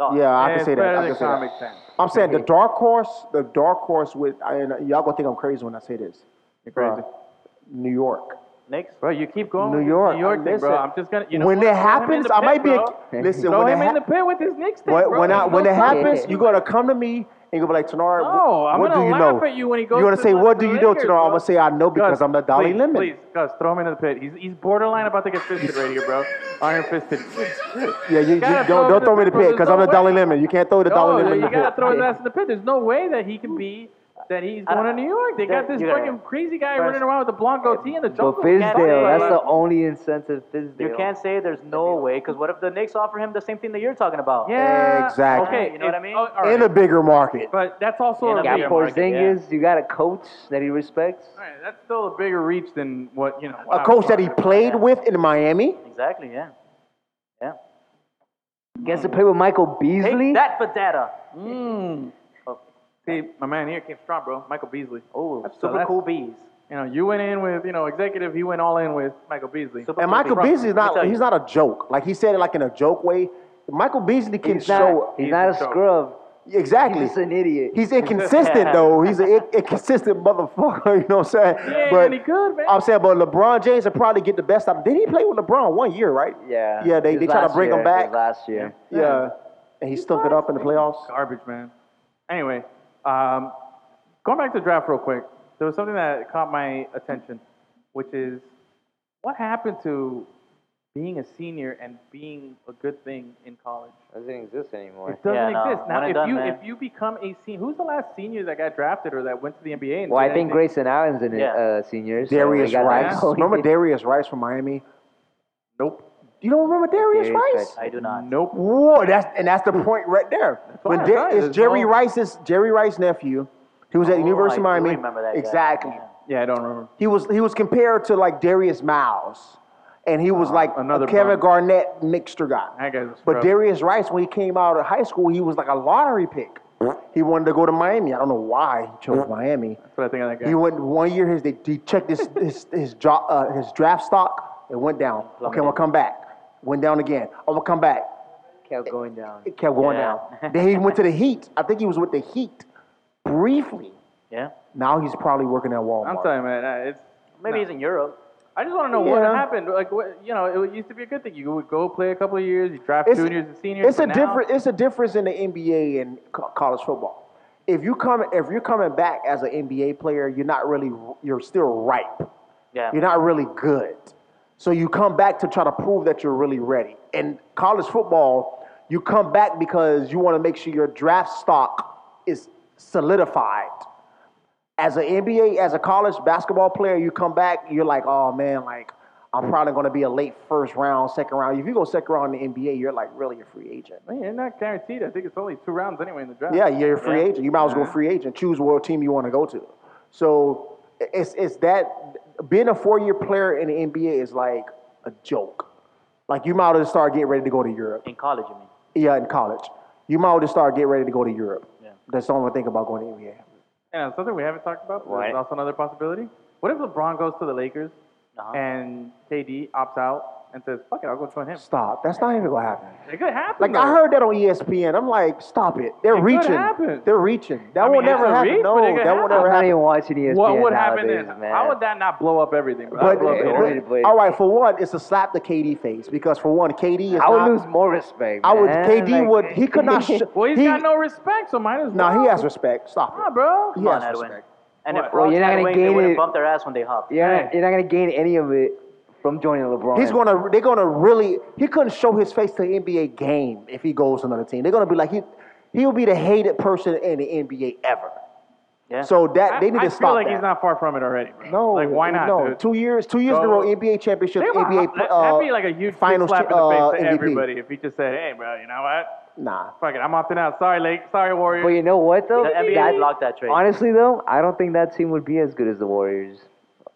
S2: No,
S3: Yeah, I can
S1: it's
S3: say that.
S1: better
S3: I
S1: than
S3: can say
S1: Comic
S3: that.
S1: Sans.
S3: I'm saying the dark horse, the dark horse with, and y'all gonna think I'm crazy when I say this.
S1: You're crazy.
S3: Bruh, New York.
S2: Knicks.
S1: Bro, you keep going.
S3: New
S1: with
S3: York.
S1: New York, thing,
S3: listen,
S1: bro. I'm just gonna. You know
S3: when
S1: what?
S3: it
S1: Throw him in
S3: happens,
S1: the
S3: I
S1: pit,
S3: might be.
S1: bro.
S3: Listen,
S1: Throw
S3: when
S1: him
S3: it
S1: in the
S3: happens,
S1: pit with this Knicks thing,
S3: when,
S1: bro.
S3: when, I,
S1: There's
S3: when
S1: no
S3: it
S1: fucking-
S3: happens, you're gonna come to me and you'll be like, Tanar,
S1: No, I'm
S3: what do
S1: gonna
S3: you
S1: laugh
S3: know?
S1: at you when he goes
S3: You're gonna
S1: to
S3: say,
S1: the-
S3: what
S1: the
S3: do you know,
S1: Lakers,
S3: Tanar? I'm
S1: bro.
S3: gonna say, I know because
S1: Gus,
S3: I'm the Dolly
S1: please,
S3: Lemon.
S1: Please, Gus, throw him into the pit. He's, he's borderline about to get fisted right here, bro. Iron fisted.
S3: Yeah, you, you
S1: Gotta
S3: don't,
S1: throw him
S3: don't
S1: in
S3: throw
S1: the
S3: me the
S1: pit, bro.
S3: pit because
S1: There's
S3: I'm the
S1: no
S3: Dolly
S1: way.
S3: Lemon. You can't throw the Dolly
S1: No,
S3: Lemon in
S1: you
S3: the
S1: gotta
S3: pit.
S1: throw his ass in the pit. There's no way that he can be that he's
S2: I-
S1: going to New York. They got
S2: There-
S1: this
S2: you gotta-
S1: fucking crazy guy
S2: First-
S1: running around with a Blanco tee and the
S5: But
S1: jungle.
S5: Fizdale, that's the
S1: Fuck,
S5: only incentive Fizdale.
S2: You can't say there's no way because what if the Knicks offer him the same thing that you're talking about?
S1: Yeah.
S3: Exactly.
S1: Okay,
S2: You know what I
S1: if-
S2: mean?
S1: oh, all
S3: In
S1: right.
S3: a bigger market.
S1: But that's also
S2: In
S1: a
S2: a
S5: You got
S1: bigger
S2: poor-
S1: market.
S5: Porzingis. You got a coach that he respects.
S1: All right, that's still a bigger reach than what you know.
S3: A coach that he played with in Miami.
S2: Exactly. Yeah. Yeah.
S5: Gets to play with Michael Beasley.
S2: Take that for data.
S1: Mm.
S2: Oh,
S1: See, my man here came strong, bro. Michael Beasley.
S2: oh,
S1: That's- so
S2: super
S1: that's-
S2: cool bees.
S1: You know, you went in with you know executive. He went all in with Michael Beasley.
S2: Super
S3: And
S2: cool
S3: Michael
S2: bees.
S3: Beasley is
S2: Let me tell
S3: not,
S2: you.
S3: he's not a joke. Like he said it like in a joke way. Michael Beasley can
S5: he's
S3: show.
S5: not, he's
S1: he's
S5: not
S1: a
S5: a
S1: joke.
S5: scrub.
S3: exactly.
S5: He's just an idiot.
S3: He's inconsistent though. He's an in- inconsistent motherfucker. You know what I'm saying?
S1: He ain't
S3: but
S1: really good, man.
S3: I'm saying, but LeBron James will probably get the best out. Did he play with LeBron one year, right?
S5: yeah.
S3: Yeah, they,
S5: His
S3: they try to
S5: last
S3: bring
S5: year,
S3: him back.
S5: his last year.
S3: Yeah, and he stumped it up in the playoffs.
S1: Garbage, man. Anyway, um, going back to the draft real quick, there was something that caught my attention, which is what happened to being a senior and being a good thing in college.
S5: Doesn't exist anymore.
S1: It doesn't
S2: Yeah, no.
S1: exist now.
S2: One and
S1: if
S2: done,
S1: you
S2: man.
S1: if you become a senior, who's the last senior that got drafted or that went to the NBA? And
S5: Well, I
S1: did
S5: think
S1: anything?
S5: Grayson Allen's in
S2: Yeah.
S5: his uh, senior. so
S3: Darius
S5: they got that
S3: Rice.
S5: going.
S3: Remember Darius Rice from Miami?
S1: Nope.
S3: You don't remember Darius,
S5: Darius
S3: Rice?
S5: Rice.
S2: I do not.
S1: Nope.
S3: Whoa, that's and that's the point right there.
S1: what
S3: When
S1: I
S3: Dar-
S1: thought.
S3: it's
S1: There's
S3: Jerry
S1: no-
S3: Rice's Jerry Rice's nephew. He was at
S2: Oh,
S3: University of
S2: I do
S3: Miami.
S2: remember that guy.
S3: exactly.
S2: Yeah.
S1: Yeah, I don't remember.
S3: He was he was compared to like Darius Miles, and he
S2: Uh,
S3: was like
S1: another
S3: a Kevin
S1: bum.
S3: Garnett mixture guy.
S1: That guy's a
S3: But
S1: scrub.
S3: Darius Rice, when he came out of high school, he was like a lottery pick. He wanted to go to Miami. I don't know why he chose Miami.
S1: That's what I think of that guy.
S3: He went one year. His they he checked his his his, jo- uh, his draft stock. It went down. Okay, I'm gonna come back. Went down again. I'm gonna come back.
S5: Kept going down.
S3: It kept going
S2: Yeah.
S3: down. Then he went to the Heat. I think he was with the Heat briefly.
S2: Yeah.
S3: Now he's probably working at Walmart.
S1: I'm telling you, man. uh, It's
S2: Maybe
S1: no.
S2: he's in Europe.
S1: I just want to know what
S3: Yeah.
S1: happened. Like, what, you know, it used to be a good thing. You would go play a couple of years, you draft
S3: It's-
S1: juniors and seniors.
S3: It's a
S1: but now-
S3: different. It's a difference in the NBA and co- college football. If you come, if you're coming back as an NBA player, you're not really. You're still ripe.
S2: Yeah.
S3: You're not really good. So you come back to try to prove that you're really ready. In college football, you come back because you want to make sure your draft stock is solidified. As an NBA, as a college basketball player, you come back, you're like, oh man, like I'm probably going to be a late first round, second round. If you go second round in the NBA, you're like really a free agent.
S1: I mean, you're not guaranteed. I think it's only two rounds anyway in the draft.
S3: Yeah, you're a free
S2: Yeah.
S3: agent. You might as well go free agent. Choose what team you want to go to. So it's it's that being a four year player in the NBA is like a joke. Like you might as well start getting ready to go to Europe.
S2: In college, you mean?
S3: Yeah, in college, you might as well start getting ready to go to Europe.
S2: Yeah.
S3: That's the only thing about going to NBA.
S1: And uh, something we haven't talked about, but
S5: Right.
S1: there's also another possibility. What if LeBron goes to the Lakers
S2: Uh-huh.
S1: and KD opts out and says, fuck it, I'll go join him?
S3: Stop. That's not even gonna happen.
S1: It could happen.
S3: Like I
S1: though.
S3: heard that on E ESPN. I'm like, stop it. They're
S1: It could
S3: reaching.
S1: happen.
S3: They're reaching. That
S1: I
S3: will
S1: mean, it's
S3: never
S1: a
S3: happen.
S1: reach,
S3: no,
S1: but it could
S3: that will
S1: happen.
S3: never
S5: I'm not
S3: happen.
S5: even watching E ESPN
S1: What would happen
S5: nowadays,
S1: is,
S5: man.
S1: how would that not blow up everything? bro? That'd
S3: But
S1: blow up the
S5: it-
S1: internet.
S5: it- Wait.
S3: all right, for one, it's a slap the KD face because for one, KD is
S5: I would
S3: not-
S5: lose more respect.
S3: I would.
S5: man.
S3: KD
S5: Like-
S3: would. He could not. Sh-
S1: well, he's
S3: he,
S1: got no respect, so might as well.
S3: Nah, he has respect. Stop
S1: Nah,
S3: it.
S1: bro.
S3: He
S2: Come on,
S3: has
S2: Edwin.
S3: respect.
S2: And
S1: What?
S2: if
S5: Well,
S2: Ross
S5: you're not
S2: had
S5: gonna
S2: wings,
S5: gain
S2: they would
S5: it.
S2: have bumped their ass when they hopped.
S5: You're
S1: Hey.
S5: not, you're not gonna gain any of it from joining LeBron.
S3: He's gonna. They're gonna really. He couldn't show his face to the NBA game if he goes to another team. They're gonna be like he. He'll be the hated person in the NBA ever.
S2: Yeah.
S3: So that
S1: I,
S3: they need
S1: I
S3: to stop
S1: feel like
S3: that.
S1: he's not far from it already. Bro.
S3: no,
S1: like why not?
S3: No,
S1: dude?
S3: two years, two years in a
S1: So-
S3: row, NBA championship,
S1: They were-
S3: NBA
S1: that,
S3: uh,
S1: would be like a huge
S3: finals
S1: slap in the
S3: cha-
S1: face
S3: uh,
S1: to
S3: MVP.
S1: everybody if he just said, "Hey, bro, you know what?
S3: Nah,
S1: Fuck it, I'm opting out. Sorry, Lake. Sorry, Warriors."
S5: But you know what though?
S2: The NBA
S5: That-
S2: blocked that trade.
S5: honestly though, I don't think that team would be as good as the Warriors.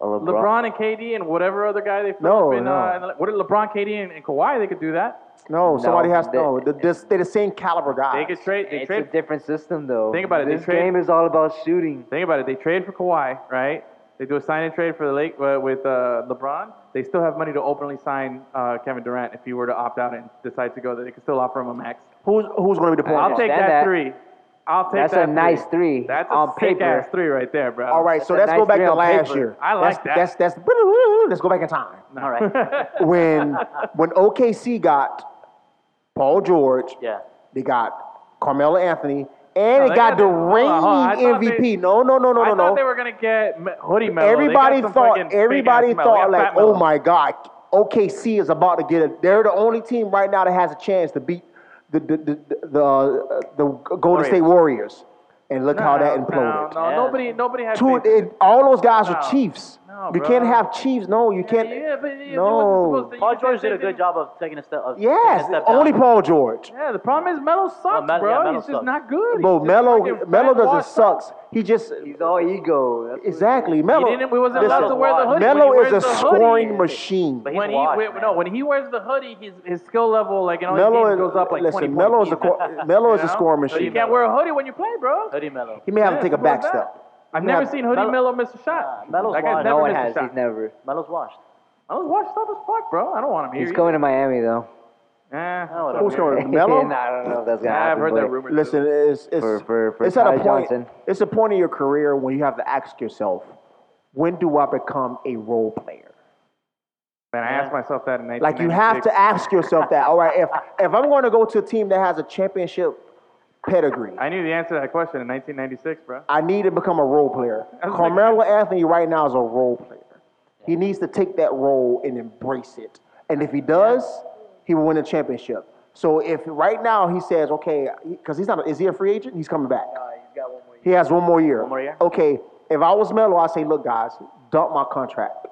S5: A LeBron.
S1: LeBron and KD and whatever other guy they've
S3: No,
S1: been,
S3: no.
S1: Uh, in the- what did LeBron, KD, and, and Kawhi? They could do that.
S3: No, somebody has to.
S5: they-
S3: No, the- this- they're the same caliber guys.
S1: They could trade. They
S5: It's
S1: trade.
S5: a different system, though.
S1: Think about it, they
S5: This
S1: trade-
S5: game is all about shooting.
S1: Think about it. They trade for Kawhi, right? They do a sign and trade for the Lake uh, with uh, LeBron. They still have money to openly sign uh, Kevin Durant if he were to opt out and decide to go. That they could still offer him a max.
S3: who's who's going to be the point?
S5: I
S1: I'll
S3: guard?
S1: take that,
S5: understand that.
S1: three. I'll take
S5: That's
S1: that.
S5: a nice three
S1: That's a
S5: on
S1: sick ass
S5: paper.
S1: three right there, bro.
S3: All right, so
S5: That's
S3: let's go
S5: a nice
S3: back
S5: three
S3: to
S5: on
S3: last
S5: paper.
S3: year.
S1: I like
S3: that's, That's that's. Let's go back in time
S2: All right.
S3: when when OKC got Paul George.
S2: yeah.
S3: They got Carmelo Anthony,
S1: Oh,
S3: and
S1: they
S3: they got
S1: got
S3: the
S1: the- hold on, hold on. I
S3: reigning
S1: thought
S3: MVP.
S1: they-
S3: no, no, no, no,
S1: I
S3: no,
S1: thought
S3: no.
S1: they were gonna get me- hoodie Melo. They
S3: Everybody
S1: got some fucking
S3: thought
S1: big-ass
S3: everybody
S1: Melo. They
S3: thought
S1: got
S3: like,
S1: fat Melo.
S3: oh my God, OKC is about to get it. They're the only team right now that has a chance to beat the the the the, the, uh, the Golden State Warriors. And look how that
S1: No,
S3: imploded.
S1: No, no,
S2: Yeah.
S1: nobody, nobody had.
S3: Two,
S1: faith in
S3: it, all those guys are
S1: No.
S3: Chiefs.
S1: No,
S3: you
S1: bro.
S3: can't have Chiefs. No, you
S1: Yeah,
S3: can't.
S1: yeah, but it- it
S3: No.
S1: wasn't supposed to- you
S2: Paul
S1: just
S2: George
S1: said
S2: did a
S1: they
S2: good
S1: didn't-
S2: job of taking a step. Of
S3: Yes,
S2: taking a step
S3: only
S2: down.
S3: Paul George.
S1: Yeah, the problem is Melo sucks,
S2: Mel-
S1: bro.
S2: yeah, Melo
S1: He's just
S2: sucks.
S1: not good.
S3: Bro,
S1: He's just
S3: Melo,
S1: fucking
S3: Melo
S1: fat,
S3: doesn't
S1: washed up.
S3: sucks. He just
S5: He's all ego. That's what-
S3: exactly Melo.
S1: He didn't. We wasn't
S3: Listen,
S1: allowed to wear the hoodie.
S3: Melo
S1: When he
S3: is a
S1: wears the hoodie,
S3: scoring machine.
S2: But he's
S1: When he
S2: washed,
S1: wear-
S2: man.
S1: no, when he wears the hoodie, his his skill level like in all
S3: Melo
S1: his
S3: is,
S1: games goes up like
S3: listen,
S1: 20 points.
S3: Melo is a cor- Melo is
S1: You
S3: a
S1: know?
S3: scoring
S1: So you
S3: machine.
S1: can't wear a hoodie when you play, bro.
S2: Hoodie Melo.
S3: He may have to
S1: Yeah,
S3: take a
S1: simple as
S3: back
S1: that.
S3: step.
S1: I've
S3: He
S1: never
S3: may
S1: seen hoodie
S2: Melo-
S1: Melo miss a shot.
S2: Melo's
S1: that guy's
S2: washed.
S5: no
S1: never
S5: one
S1: missed
S5: has.
S1: a shot.
S5: He's never.
S2: Melo's washed.
S1: Melo's washed up as fuck, bro. I don't want him here.
S5: He's going to Miami though.
S1: Eh,
S2: Oh,
S1: whatever.
S2: whatever.
S3: Who's going? Melo?
S5: Nah, I don't know if that's gonna
S1: I've
S5: happen.
S1: heard
S5: but
S1: that rumor. too.
S3: Listen, it's it's
S5: For- for- for
S3: it's at a
S5: Ty
S3: point.
S5: Johnson.
S3: It's a point in your career when you have to ask yourself, when do I become a role player?
S1: Man, I asked myself that in 1996.
S3: Like you have to ask yourself that. All right, if if I'm going to go to a team that has a championship pedigree,
S1: I knew the answer to that question in 1996, bro.
S3: I need to become a role player.
S1: That's
S3: Carmelo Anthony right now is a role player. He needs to take that role and embrace it. And if he does, he will win a championship. So if right now he says, okay, because he's not, is he a free agent? He's coming back. He has one more year. One
S2: more year?
S3: Okay, if I was Melo, I say, look, guys, dump my contract,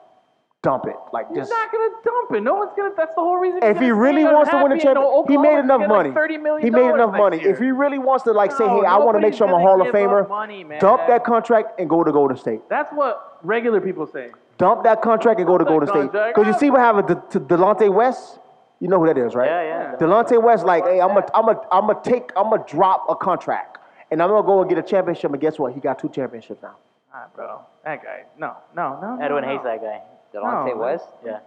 S3: dump it, like
S1: He's
S3: just.
S1: not gonna dump it. No one's gonna. That's the whole reason.
S3: If
S1: he's
S3: he
S1: gonna
S3: really
S1: stay
S3: wants to win a
S1: unhappy and
S3: championship,
S1: know
S3: he made
S1: Oklahoma's
S3: enough
S1: gonna get
S3: money.
S1: Like Thirty million.
S3: he made enough
S1: next
S3: money.
S1: year.
S3: If he really wants to, like, say,
S1: No,
S3: hey, I want to make
S1: nobody's
S3: sure I'm a
S1: gonna
S3: Hall of
S1: give up
S3: Famer,
S1: money, man.
S3: dump that contract and go to Golden State.
S1: that's what regular people say.
S3: Dump that contract and go to
S1: Dump
S3: Golden
S1: that
S3: State.
S1: contract.
S3: Because you see what happened to, to Delonte West. You know who that is, right?
S2: Yeah, yeah.
S3: Delonte West, like, hey, I'm gonna, I'm gonna, I'm gonna take, I'm gonna drop a contract, and I'm gonna go and get a championship. And guess what? He got two championships now.
S1: Ah, bro, that guy. No, no, no. no,
S2: Edwin
S1: no.
S2: hates that guy.
S5: Delonte
S1: No,
S5: West.
S2: Yeah.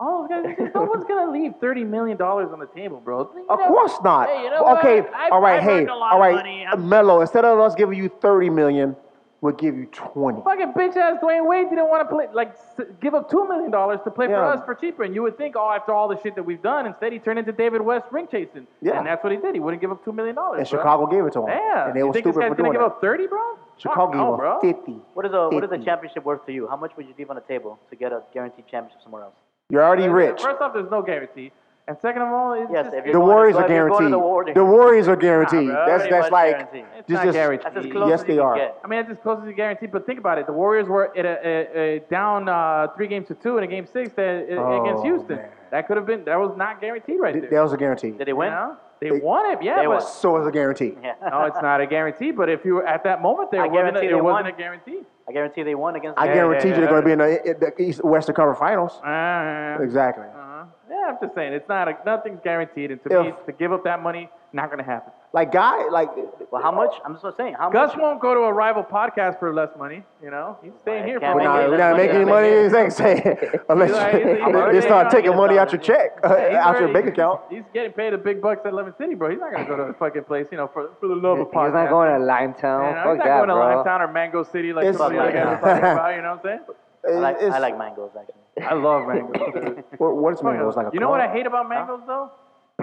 S1: All those guys. just- Someone's gonna leave thirty million dollars on the table, bro. You
S3: Of
S1: know-
S3: course not.
S1: Hey, you know
S3: okay,
S1: what? I-
S3: all right,
S1: I've
S3: hey,
S1: earned a lot
S3: all
S1: of
S3: right,
S1: money. I'm-
S3: Melo. Instead of us giving you thirty million, we'll give you twenty.
S1: Fucking bitch ass Dwayne Wade didn't want to play, like, s- give up $2 million to play for
S3: Yeah.
S1: us for cheaper. And you would think, oh, after all the shit that we've done, instead he turned into David West ring chasing.
S3: Yeah.
S1: And that's what he did. He wouldn't give up $2 million.
S3: And Chicago gave it to him.
S1: Yeah.
S3: and they
S1: you
S3: were
S1: think
S3: stupid
S1: this
S3: for
S1: guy's gonna
S3: doing
S1: give
S3: it.
S1: up 30, bro?
S3: Chicago
S1: Fuck no,
S3: gave
S1: bro.
S3: up fifty.
S2: What is a what is the
S3: 50.
S2: championship worth to you? How much would you leave on the table to get a guaranteed championship somewhere else?
S3: You're already rich.
S1: First off, there's no guarantee. And second of all, it's
S2: Yes,
S1: just,
S2: if
S1: it's
S3: The
S2: You're going
S3: Warriors
S2: to-
S3: are
S2: if you're going
S3: guaranteed.
S2: to the Warriors-
S3: The Warriors are guaranteed.
S1: bro.
S3: that's
S1: Pretty
S3: that's
S2: much
S3: like
S2: guaranteed. It's
S3: just-
S1: not
S3: just-
S1: guaranteed.
S2: That's as close
S3: Yes,
S2: as
S3: they
S2: you can
S3: are.
S2: get.
S1: I mean, that's as close as a guarantee. But think about it. The Warriors were at a, a, a down uh, three games to two in a game six that,
S3: Oh,
S1: against Houston.
S3: man.
S1: That could have been. That was not guaranteed right there.
S3: that was a guarantee.
S2: Did they win?
S1: You know? They,
S3: They-
S1: won it, yeah.
S2: they
S1: but
S2: won.
S3: So it's a guarantee.
S2: Yeah.
S1: no, Oh, it's not a guarantee. But if you were at that moment, there
S2: I
S1: wasn't. A,
S2: guarantee
S1: it
S2: they
S1: wasn't
S2: won.
S1: a guarantee.
S2: I guarantee they won against.
S3: I
S2: the-
S3: guarantee
S1: yeah,
S3: you
S1: yeah.
S3: they're going to be in the, the East Western Conference Finals.
S1: Uh,
S3: Exactly.
S1: uh, yeah, I'm just saying it's not. A, nothing's guaranteed, and to me,
S3: If-
S1: to give up that money, not going to happen.
S3: Like guy, like
S2: Well, how much? I'm just saying. How
S1: Gus
S2: much?
S1: won't go to a rival podcast for less money. You know, he's staying
S2: Right,
S1: here
S2: can't
S1: for a
S3: we're
S2: make
S3: not,
S2: it.
S1: while.
S3: we're not making any money. Exactly. Say, Unless
S1: He's like, he's
S3: you,
S1: already-
S3: they start taking money out your
S2: he's
S3: check, uh,
S1: He's
S3: out your
S1: already-
S3: bank account.
S1: He's getting paid the big bucks at Lemon City, bro. He's not going to go to a fucking place, you know, for, for the love of podcast.
S5: He's not going to Limetown.
S1: You know,
S5: Fuck
S1: he's not
S5: that,
S1: going to
S5: bro.
S1: Limetown or Mango City like
S3: It's-
S1: some of the other guys are talking about. You know what I'm saying?
S2: I like,
S3: It's-
S2: I like mangoes actually.
S1: I love mangoes. dude.
S3: What, what is mango? It's like a
S1: Oh, you know what
S3: club.
S1: I hate about mangoes though?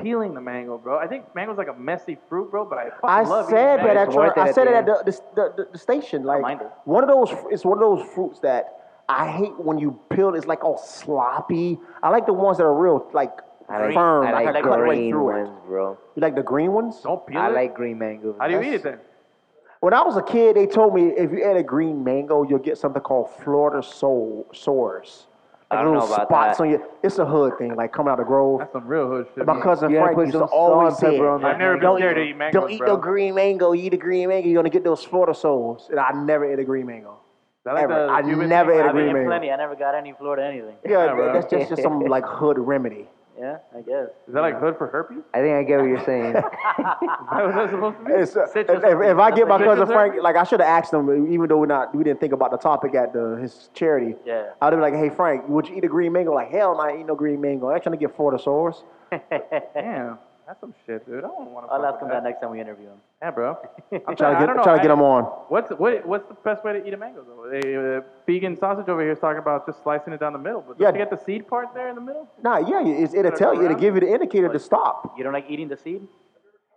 S1: Peeling the mango, bro. I think mango's like a messy fruit, bro. But I fucking
S3: I
S1: love
S3: said
S1: eating
S3: that
S1: mangoes.
S3: at
S5: It's
S3: your,
S5: worth it
S3: I
S5: at
S3: said
S5: the
S3: it at
S5: end.
S3: the, the, the, the, the station. Like
S2: mind it.
S3: one of those, it's one of those fruits that I hate when you peel. It's like all sloppy. I like the ones that are real, like
S5: I like,
S3: firm.
S5: I
S3: like
S5: like
S3: I cut right
S5: green
S3: through
S5: ones,
S3: it.
S5: bro.
S3: You like the green ones?
S1: Don't peel
S5: I
S1: it.
S5: like green mangoes.
S1: How do you eat
S5: That's-
S1: it then?
S3: When I was a kid, they told me if you ate a green mango, you'll get something called Florida soul sores. Like
S5: I don't
S3: little
S5: know about
S3: spots
S5: that.
S3: on your. It's a hood thing, like coming out of the grove.
S1: That's some real hood shit.
S3: My cousin
S5: You gotta
S3: Frank
S5: put
S3: used to
S5: some salt
S3: always
S5: and
S3: say,
S5: pepper on that
S1: I've never
S5: mango.
S1: been scared to eat mangoes,
S3: "Don't eat
S1: bro.
S3: no green mango. Eat a green mango. You're gonna get those Florida souls." And I never ate a green mango.
S1: I like
S3: Ever.
S1: the
S3: I
S1: Cuban
S3: never
S1: thing.
S3: ate a
S1: I
S3: green
S1: mean,
S2: I've
S3: man.
S2: been plenty. I never got any Florida anything.
S3: Yeah,
S1: bro.
S3: that's just, just some like hood remedy.
S2: Yeah, I guess.
S1: Is that like hood for herpes?
S5: I think I get what you're saying.
S1: Is that what that's supposed to be?
S3: It's, uh, if,
S2: Citrus
S3: if if I get my
S1: Citrus
S3: cousin
S1: herb?
S3: Frank, like I should have asked him, even though we not we didn't think about the topic at the, his charity.
S2: Yeah.
S3: I'd be like, hey Frank, would you eat a green mango? Like hell, no, I ain't eat no green mango. I'm trying to get Florida source.
S1: Damn, that's some shit, dude. I don't want to.
S2: I'll ask him that next time we interview him.
S1: Yeah, bro.
S3: I'm trying
S1: I
S3: to
S1: don't
S3: get
S1: know,
S3: trying
S1: I-
S3: to get him on.
S1: What's what, what's the best way to eat a mango though? The uh, vegan sausage over here is talking about just slicing it down the middle, but don't
S3: Yeah.
S1: you get the seed part there in the middle?
S3: Nah, yeah, it's, it'll tell you, it'll give you the indicator to stop.
S2: You don't like eating the seed?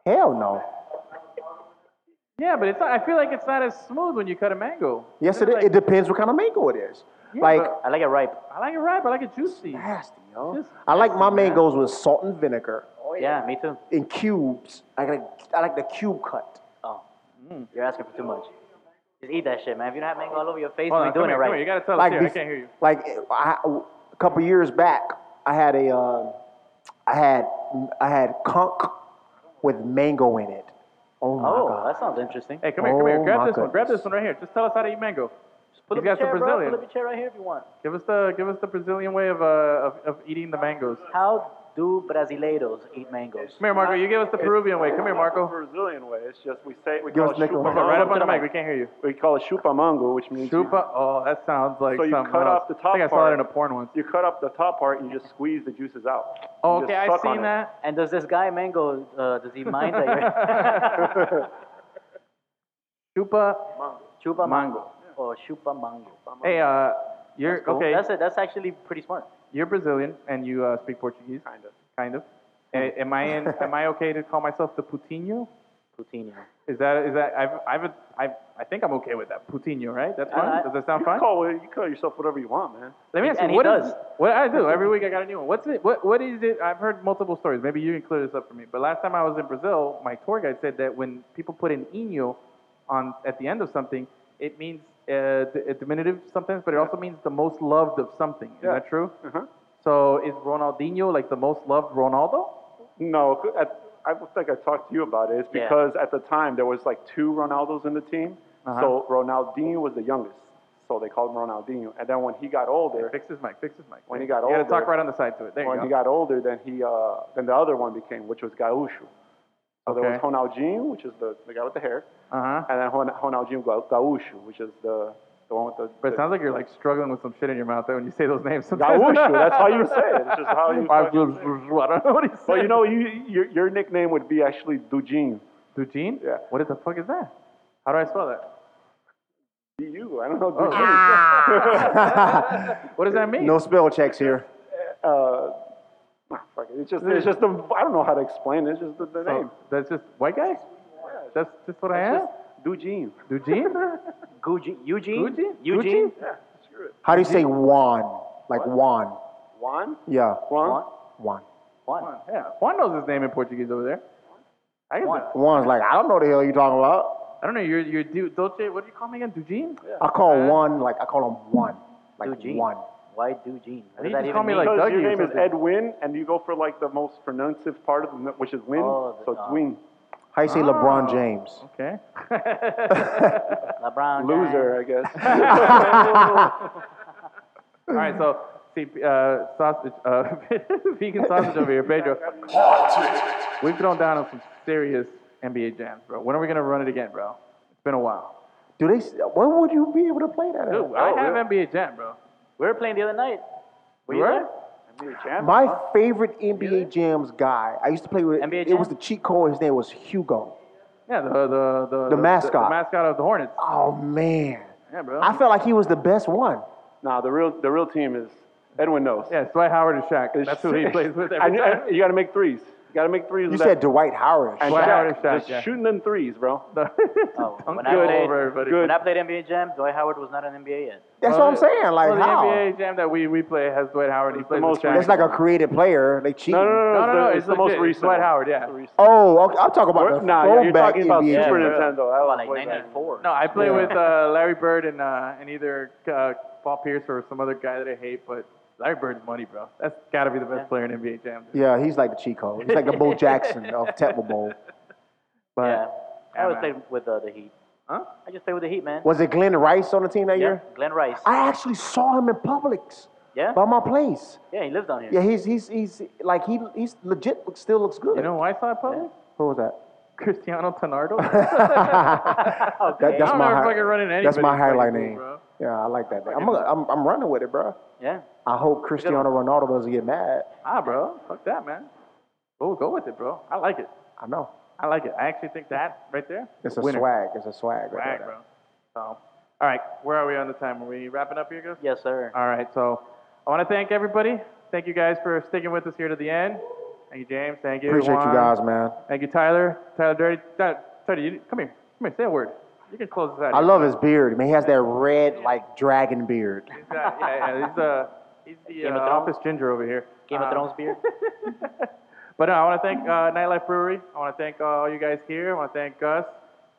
S3: Hell no.
S1: Yeah, but it's not, I feel like it's not as smooth when you cut a mango.
S3: Yes,
S1: It's
S3: it, is.
S1: like-
S3: it depends what kind of mango it is.
S1: Yeah,
S3: like
S1: but-
S2: I like it ripe.
S1: I like it ripe. I like it juicy.
S3: nasty, yo.
S1: Just-
S3: I like my mangoes with salt and vinegar
S2: yeah. me too.
S3: in cubes. I like I like the cube cut.
S2: Oh, you're asking for too much. Just eat that shit, man. If you don't have mango all over your face,
S1: Hold
S2: you
S1: on,
S2: ain't
S1: come
S2: doing it
S1: here, come here. You gotta
S2: right.
S1: tell us
S3: Like
S1: here. I
S3: bef-
S1: can't hear you.
S3: Like I, a couple years back, I had a uh, I had I had conch with mango in it. Oh my
S2: Oh,
S3: god.
S2: that sounds interesting.
S1: Hey, come here, come here.
S3: Oh,
S1: Grab
S3: my
S1: this one. Grab
S3: goodness.
S1: this one right here. Just tell us how to eat mango.
S2: Pull
S1: he's got
S2: up your
S1: some
S2: chair, bro.
S1: Brazilian.
S2: Pull up your chair right here if you want.
S1: Give us the give us the Brazilian way of uh of, of eating the mangoes.
S2: How do brasileiros eat mangoes?
S1: Come here, Marco. You give us the Peruvian way. Come here, Marco.
S4: Brazilian way. It's just we say we
S3: Give
S4: call
S3: us
S4: it
S3: nickel.
S4: chupa
S1: Come right up
S4: mango.
S1: on the mic. We can't hear you.
S4: We call it chupa mango, which means you-
S1: Chupa. Oh, that sounds like
S4: So you
S1: something
S4: cut
S1: else.
S4: off the top
S1: I think I saw that
S4: part.
S1: in a porn once.
S4: You, cut up the top part and you just squeeze the juices out.
S1: Oh,
S4: You
S1: okay.
S4: just
S1: I've
S4: suck on
S1: seen
S4: it.
S1: that.
S2: And does this guy mango? Uh, does he mind that you're
S1: Chupa. Mango.
S2: chupa mango or chupa mango?
S1: Hey, uh, you're
S2: That's cool.
S1: okay.
S2: That's it. That's actually pretty smart.
S1: You're Brazilian and you uh, speak Portuguese.
S4: Kind of.
S1: Kind of. A- am I in, am I okay to call myself the Putinho?
S2: Putinho.
S1: Is that is that I've I've I've I think I'm okay with that Putinho, right? That's
S2: I-
S1: fine.
S2: I-
S1: Does that sound fine?
S4: You call, it- you call yourself whatever you want, man.
S1: Let me ask you,
S2: and he
S1: what is
S2: does.
S1: what I do every week? I got a new one. What's it? What what is it? I've heard multiple stories. Maybe you can clear this up for me. But last time I was in Brazil, my tour guide said that when people put an inho on at the end of something, it means uh, d- a diminutive sometimes, but it also means the most loved of something. Is
S4: Yeah.
S1: that true?
S4: Uh-huh.
S1: So is Ronaldinho like the most loved Ronaldo?
S4: No, at, I think I talked to you about it. It's
S2: Yeah.
S4: because at the time there was like two Ronaldos in the team.
S1: Uh-huh.
S4: So Ronaldinho was the youngest, so they called him Ronaldinho. And then when he got older,
S1: Fix his mic. Fix his mic.
S4: When he got
S1: you gotta
S4: older-
S1: talk right on the side to it. There
S4: when
S1: you
S4: he
S1: go.
S4: got older, then he uh, then the other one became, which was Gaúcho. So there was
S1: Okay.
S4: Ronaldinho, which is the, the guy with the hair,
S1: Uh huh.
S4: and then Ron- Ronaldinho Ga- Gaúcho, which is the the one with the.
S1: But it
S4: the-
S1: sounds like you're like struggling with some shit in your mouth there when you say those names. sometimes.
S4: Gaúcho. that's how you say it. It's just how you.
S1: I
S4: fucking say it.
S1: don't know what he said.
S4: Well, you know, you, your, your nickname would be actually Dujin.
S1: Dujin?
S4: Yeah.
S1: What the fuck is that? How do I spell that?
S4: You, I don't know.
S1: Oh,
S4: Dujin.
S1: What does that mean?
S3: No spell checks here.
S4: uh, ah, fuck it. It's just, it's just the, I don't know how to explain it. It's just the, the name.
S1: So, that's just white guy? That's just what I am?
S4: Dujin.
S1: Dujin?
S2: Gucci, Eugene.
S1: Gucci?
S2: Eugene.
S4: Yeah, screw it.
S3: How do you say Juan? Like Juan.
S4: Juan?
S3: Yeah.
S4: Juan?
S3: Juan.
S2: One.
S1: Yeah. Juan knows his name in Portuguese over there. I, can,
S2: Juan.
S3: Juan's like, I don't know the hell you talking about.
S1: I don't know. You're, you're Du- Dolce. What do you call me again? Dujin?
S3: I call Juan like I call him one. Like
S2: Eugene.
S3: one.
S2: Why Eugene? What
S1: He
S2: does that
S1: just
S2: even
S1: called me
S2: mean?
S1: like-
S4: Because
S1: Dougie
S4: your
S1: or
S4: name is
S1: something.
S4: Edwin, and you go for like the most pronunciative part of the, n- which is win.
S2: Oh, the-
S4: so it's
S2: uh,
S4: win.
S3: How you say LeBron James?
S1: Okay.
S2: LeBron.
S4: Loser, I guess.
S1: All right. So, see, uh, sausage, uh, vegan sausage over here, Pedro. We've thrown down on some serious NBA jams, bro. When are we going to run it again, bro? It's been a while.
S3: Do they? Where would you be able to play that?
S1: Dude,
S3: At?
S1: I
S4: Oh,
S1: have
S4: yeah.
S1: NBA Jam, bro.
S2: We were playing the other night. Were you
S1: Where?
S3: My favorite NBA Jams guy. I used to play with.
S2: NBA
S3: It was the
S2: Jam?
S3: cheat code. His name was Hugo.
S1: Yeah, the the the,
S3: mascot.
S1: the mascot of the Hornets.
S3: Oh man,
S1: Yeah, bro.
S3: I felt like he was the best one.
S4: nah, the real, the real team is Edwin knows.
S1: yeah, Dwight Howard and Shaq. That's who he plays with
S4: I
S1: every
S4: knew-
S1: time.
S4: I- you got to make threes. You got to make threes.
S3: You
S4: with
S3: said
S4: that.
S3: Dwight Howard.
S4: And
S1: Dwight
S4: Shaq,
S1: Howard and Shaq,
S4: just
S1: yeah.
S4: shooting them threes, bro.
S2: Oh, when I
S1: good
S2: played-
S1: over everybody.
S4: good.
S2: When I played NBA Jam, Dwight Howard was not an NBA yet.
S3: That's
S1: Well,
S3: what I'm saying. Like
S1: well, the
S3: how?
S1: NBA Jam that we, we play has Dwight Howard. He plays
S4: most
S1: with Shaq.
S3: That's like a created player. They cheat.
S4: No, no, no,
S1: no, no, no,
S4: It's,
S1: it's
S4: the, it's the most
S1: legit. It's
S4: recent.
S1: Dwight
S4: one.
S1: Howard, yeah.
S4: It's the recent.
S3: Oh, okay. I'm talking about the
S4: nah, yeah, you're
S3: throwback
S4: talking about
S3: NBA
S4: Super
S3: Jam.
S4: Nintendo. That
S2: About
S4: was
S2: like
S4: way back.
S2: 94.
S1: No, I play
S3: Yeah.
S1: with uh, Larry Bird and uh, and either uh, Paul Pierce or some other guy that I hate, but Larry Bird's money, bro. That's got to be the best player in NBA Jam. dude.
S3: Yeah, he's like the cheat code. He's like the Bo Jackson of Temple Bowl.
S1: But
S2: yeah. I always
S1: man.
S2: played with uh, the Heat.
S1: Huh?
S2: I just played with the Heat, man.
S3: Was it Glenn Rice on the team that
S2: Yeah,
S3: year?
S2: Glenn Rice.
S3: I actually saw him in Publix
S2: Yeah,
S3: by my place.
S2: yeah, he lives down here.
S3: Yeah, he's he's he's like he he's legit looks- still looks good.
S1: You know why I saw it public?
S3: Who was that?
S1: Cristiano Tonardo.
S3: That-
S2: Okay.
S3: that's
S1: I don't
S3: my
S1: ever
S3: hi-
S1: fucking run into
S3: That's
S1: anybody
S3: my
S1: who's fucking
S3: highlight
S1: cool,
S3: name.
S1: bro.
S3: Yeah, I like that. name. I'm, gonna- I'm I'm running with it, bro.
S2: yeah.
S3: I hope Cristiano Ronaldo doesn't get mad.
S1: Ah, bro, fuck that, man. Go, go with it, bro. I like it.
S3: I know.
S1: I like it. I actually think that right there.
S3: It's a
S1: winner.
S3: swag. It's a swag. right
S1: Swag,
S3: there.
S1: bro. So, all right, where are we on the time? Are we wrapping up here, guys?
S2: Yes, sir.
S1: All right, so I want to thank everybody. Thank you guys for sticking with us here to the end. Thank you, James. Thank you.
S3: Appreciate
S1: Juan.
S3: you guys, man.
S1: Thank you, Tyler. Tyler Dirty. Tyler, Dirty, you, come here. Come here. Say a word. You can close this out.
S3: I love his beard. Man, he has that red like dragon beard.
S1: He's, uh, yeah, yeah, he's, uh, he's the
S2: Game
S1: uh,
S2: of Thrones.
S1: office ginger over here.
S2: Game
S1: Um,
S2: of Thrones beer.
S1: but no, I want to thank uh, Nightlife Brewery. I want to thank uh, all you guys here. I want to thank Gus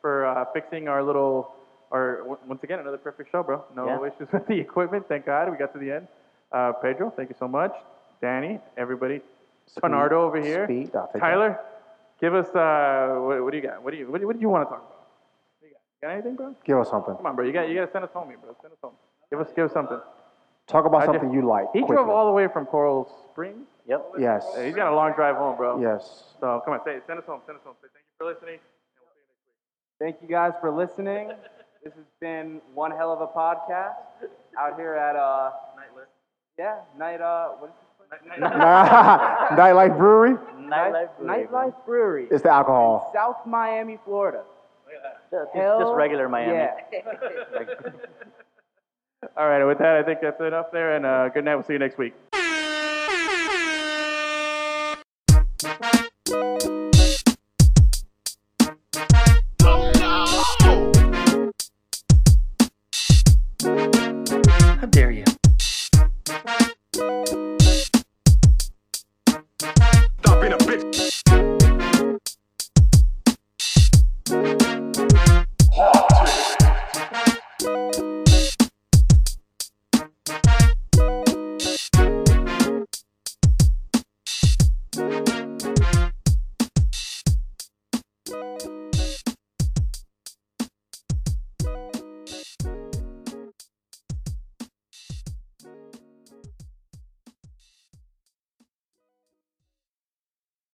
S1: for uh, fixing our little, or w- once again, another perfect show, bro. No
S2: Yeah.
S1: issues with the equipment. Thank God we got to the end. Uh, Pedro, thank you so much. Danny, everybody. Panardo over here.
S3: Speed, I'll take
S1: Tyler, give us, uh, what, what do you got? What do you, what, do you- what do you want to talk about? What do you got? got anything, bro?
S3: that. Give us something.
S1: Come on, bro. You got, you got to send us home, here, bro. Send us home. Give us, give us something.
S3: Talk about
S1: I ju-
S3: something you like.
S1: He
S3: quickly.
S1: drove all the way from Coral Springs.
S2: Yep.
S3: Yes.
S1: Yeah, he's got a long drive home, bro.
S3: Yes.
S1: So come on, say, send us home. Send us home. Say thank you for listening.
S6: Thank you guys for listening. This has been one hell of a podcast out here at uh yeah night uh what is
S3: Nightlife Brewery.
S2: Nightlife.
S6: it? Nightlife Brewery,
S3: It's the alcohol.
S6: South Miami, Florida.
S2: Just,
S6: Hell
S2: just regular Miami.
S6: Yeah.
S1: All right, with that, I think that's enough there. And uh, good night. We'll see you next week.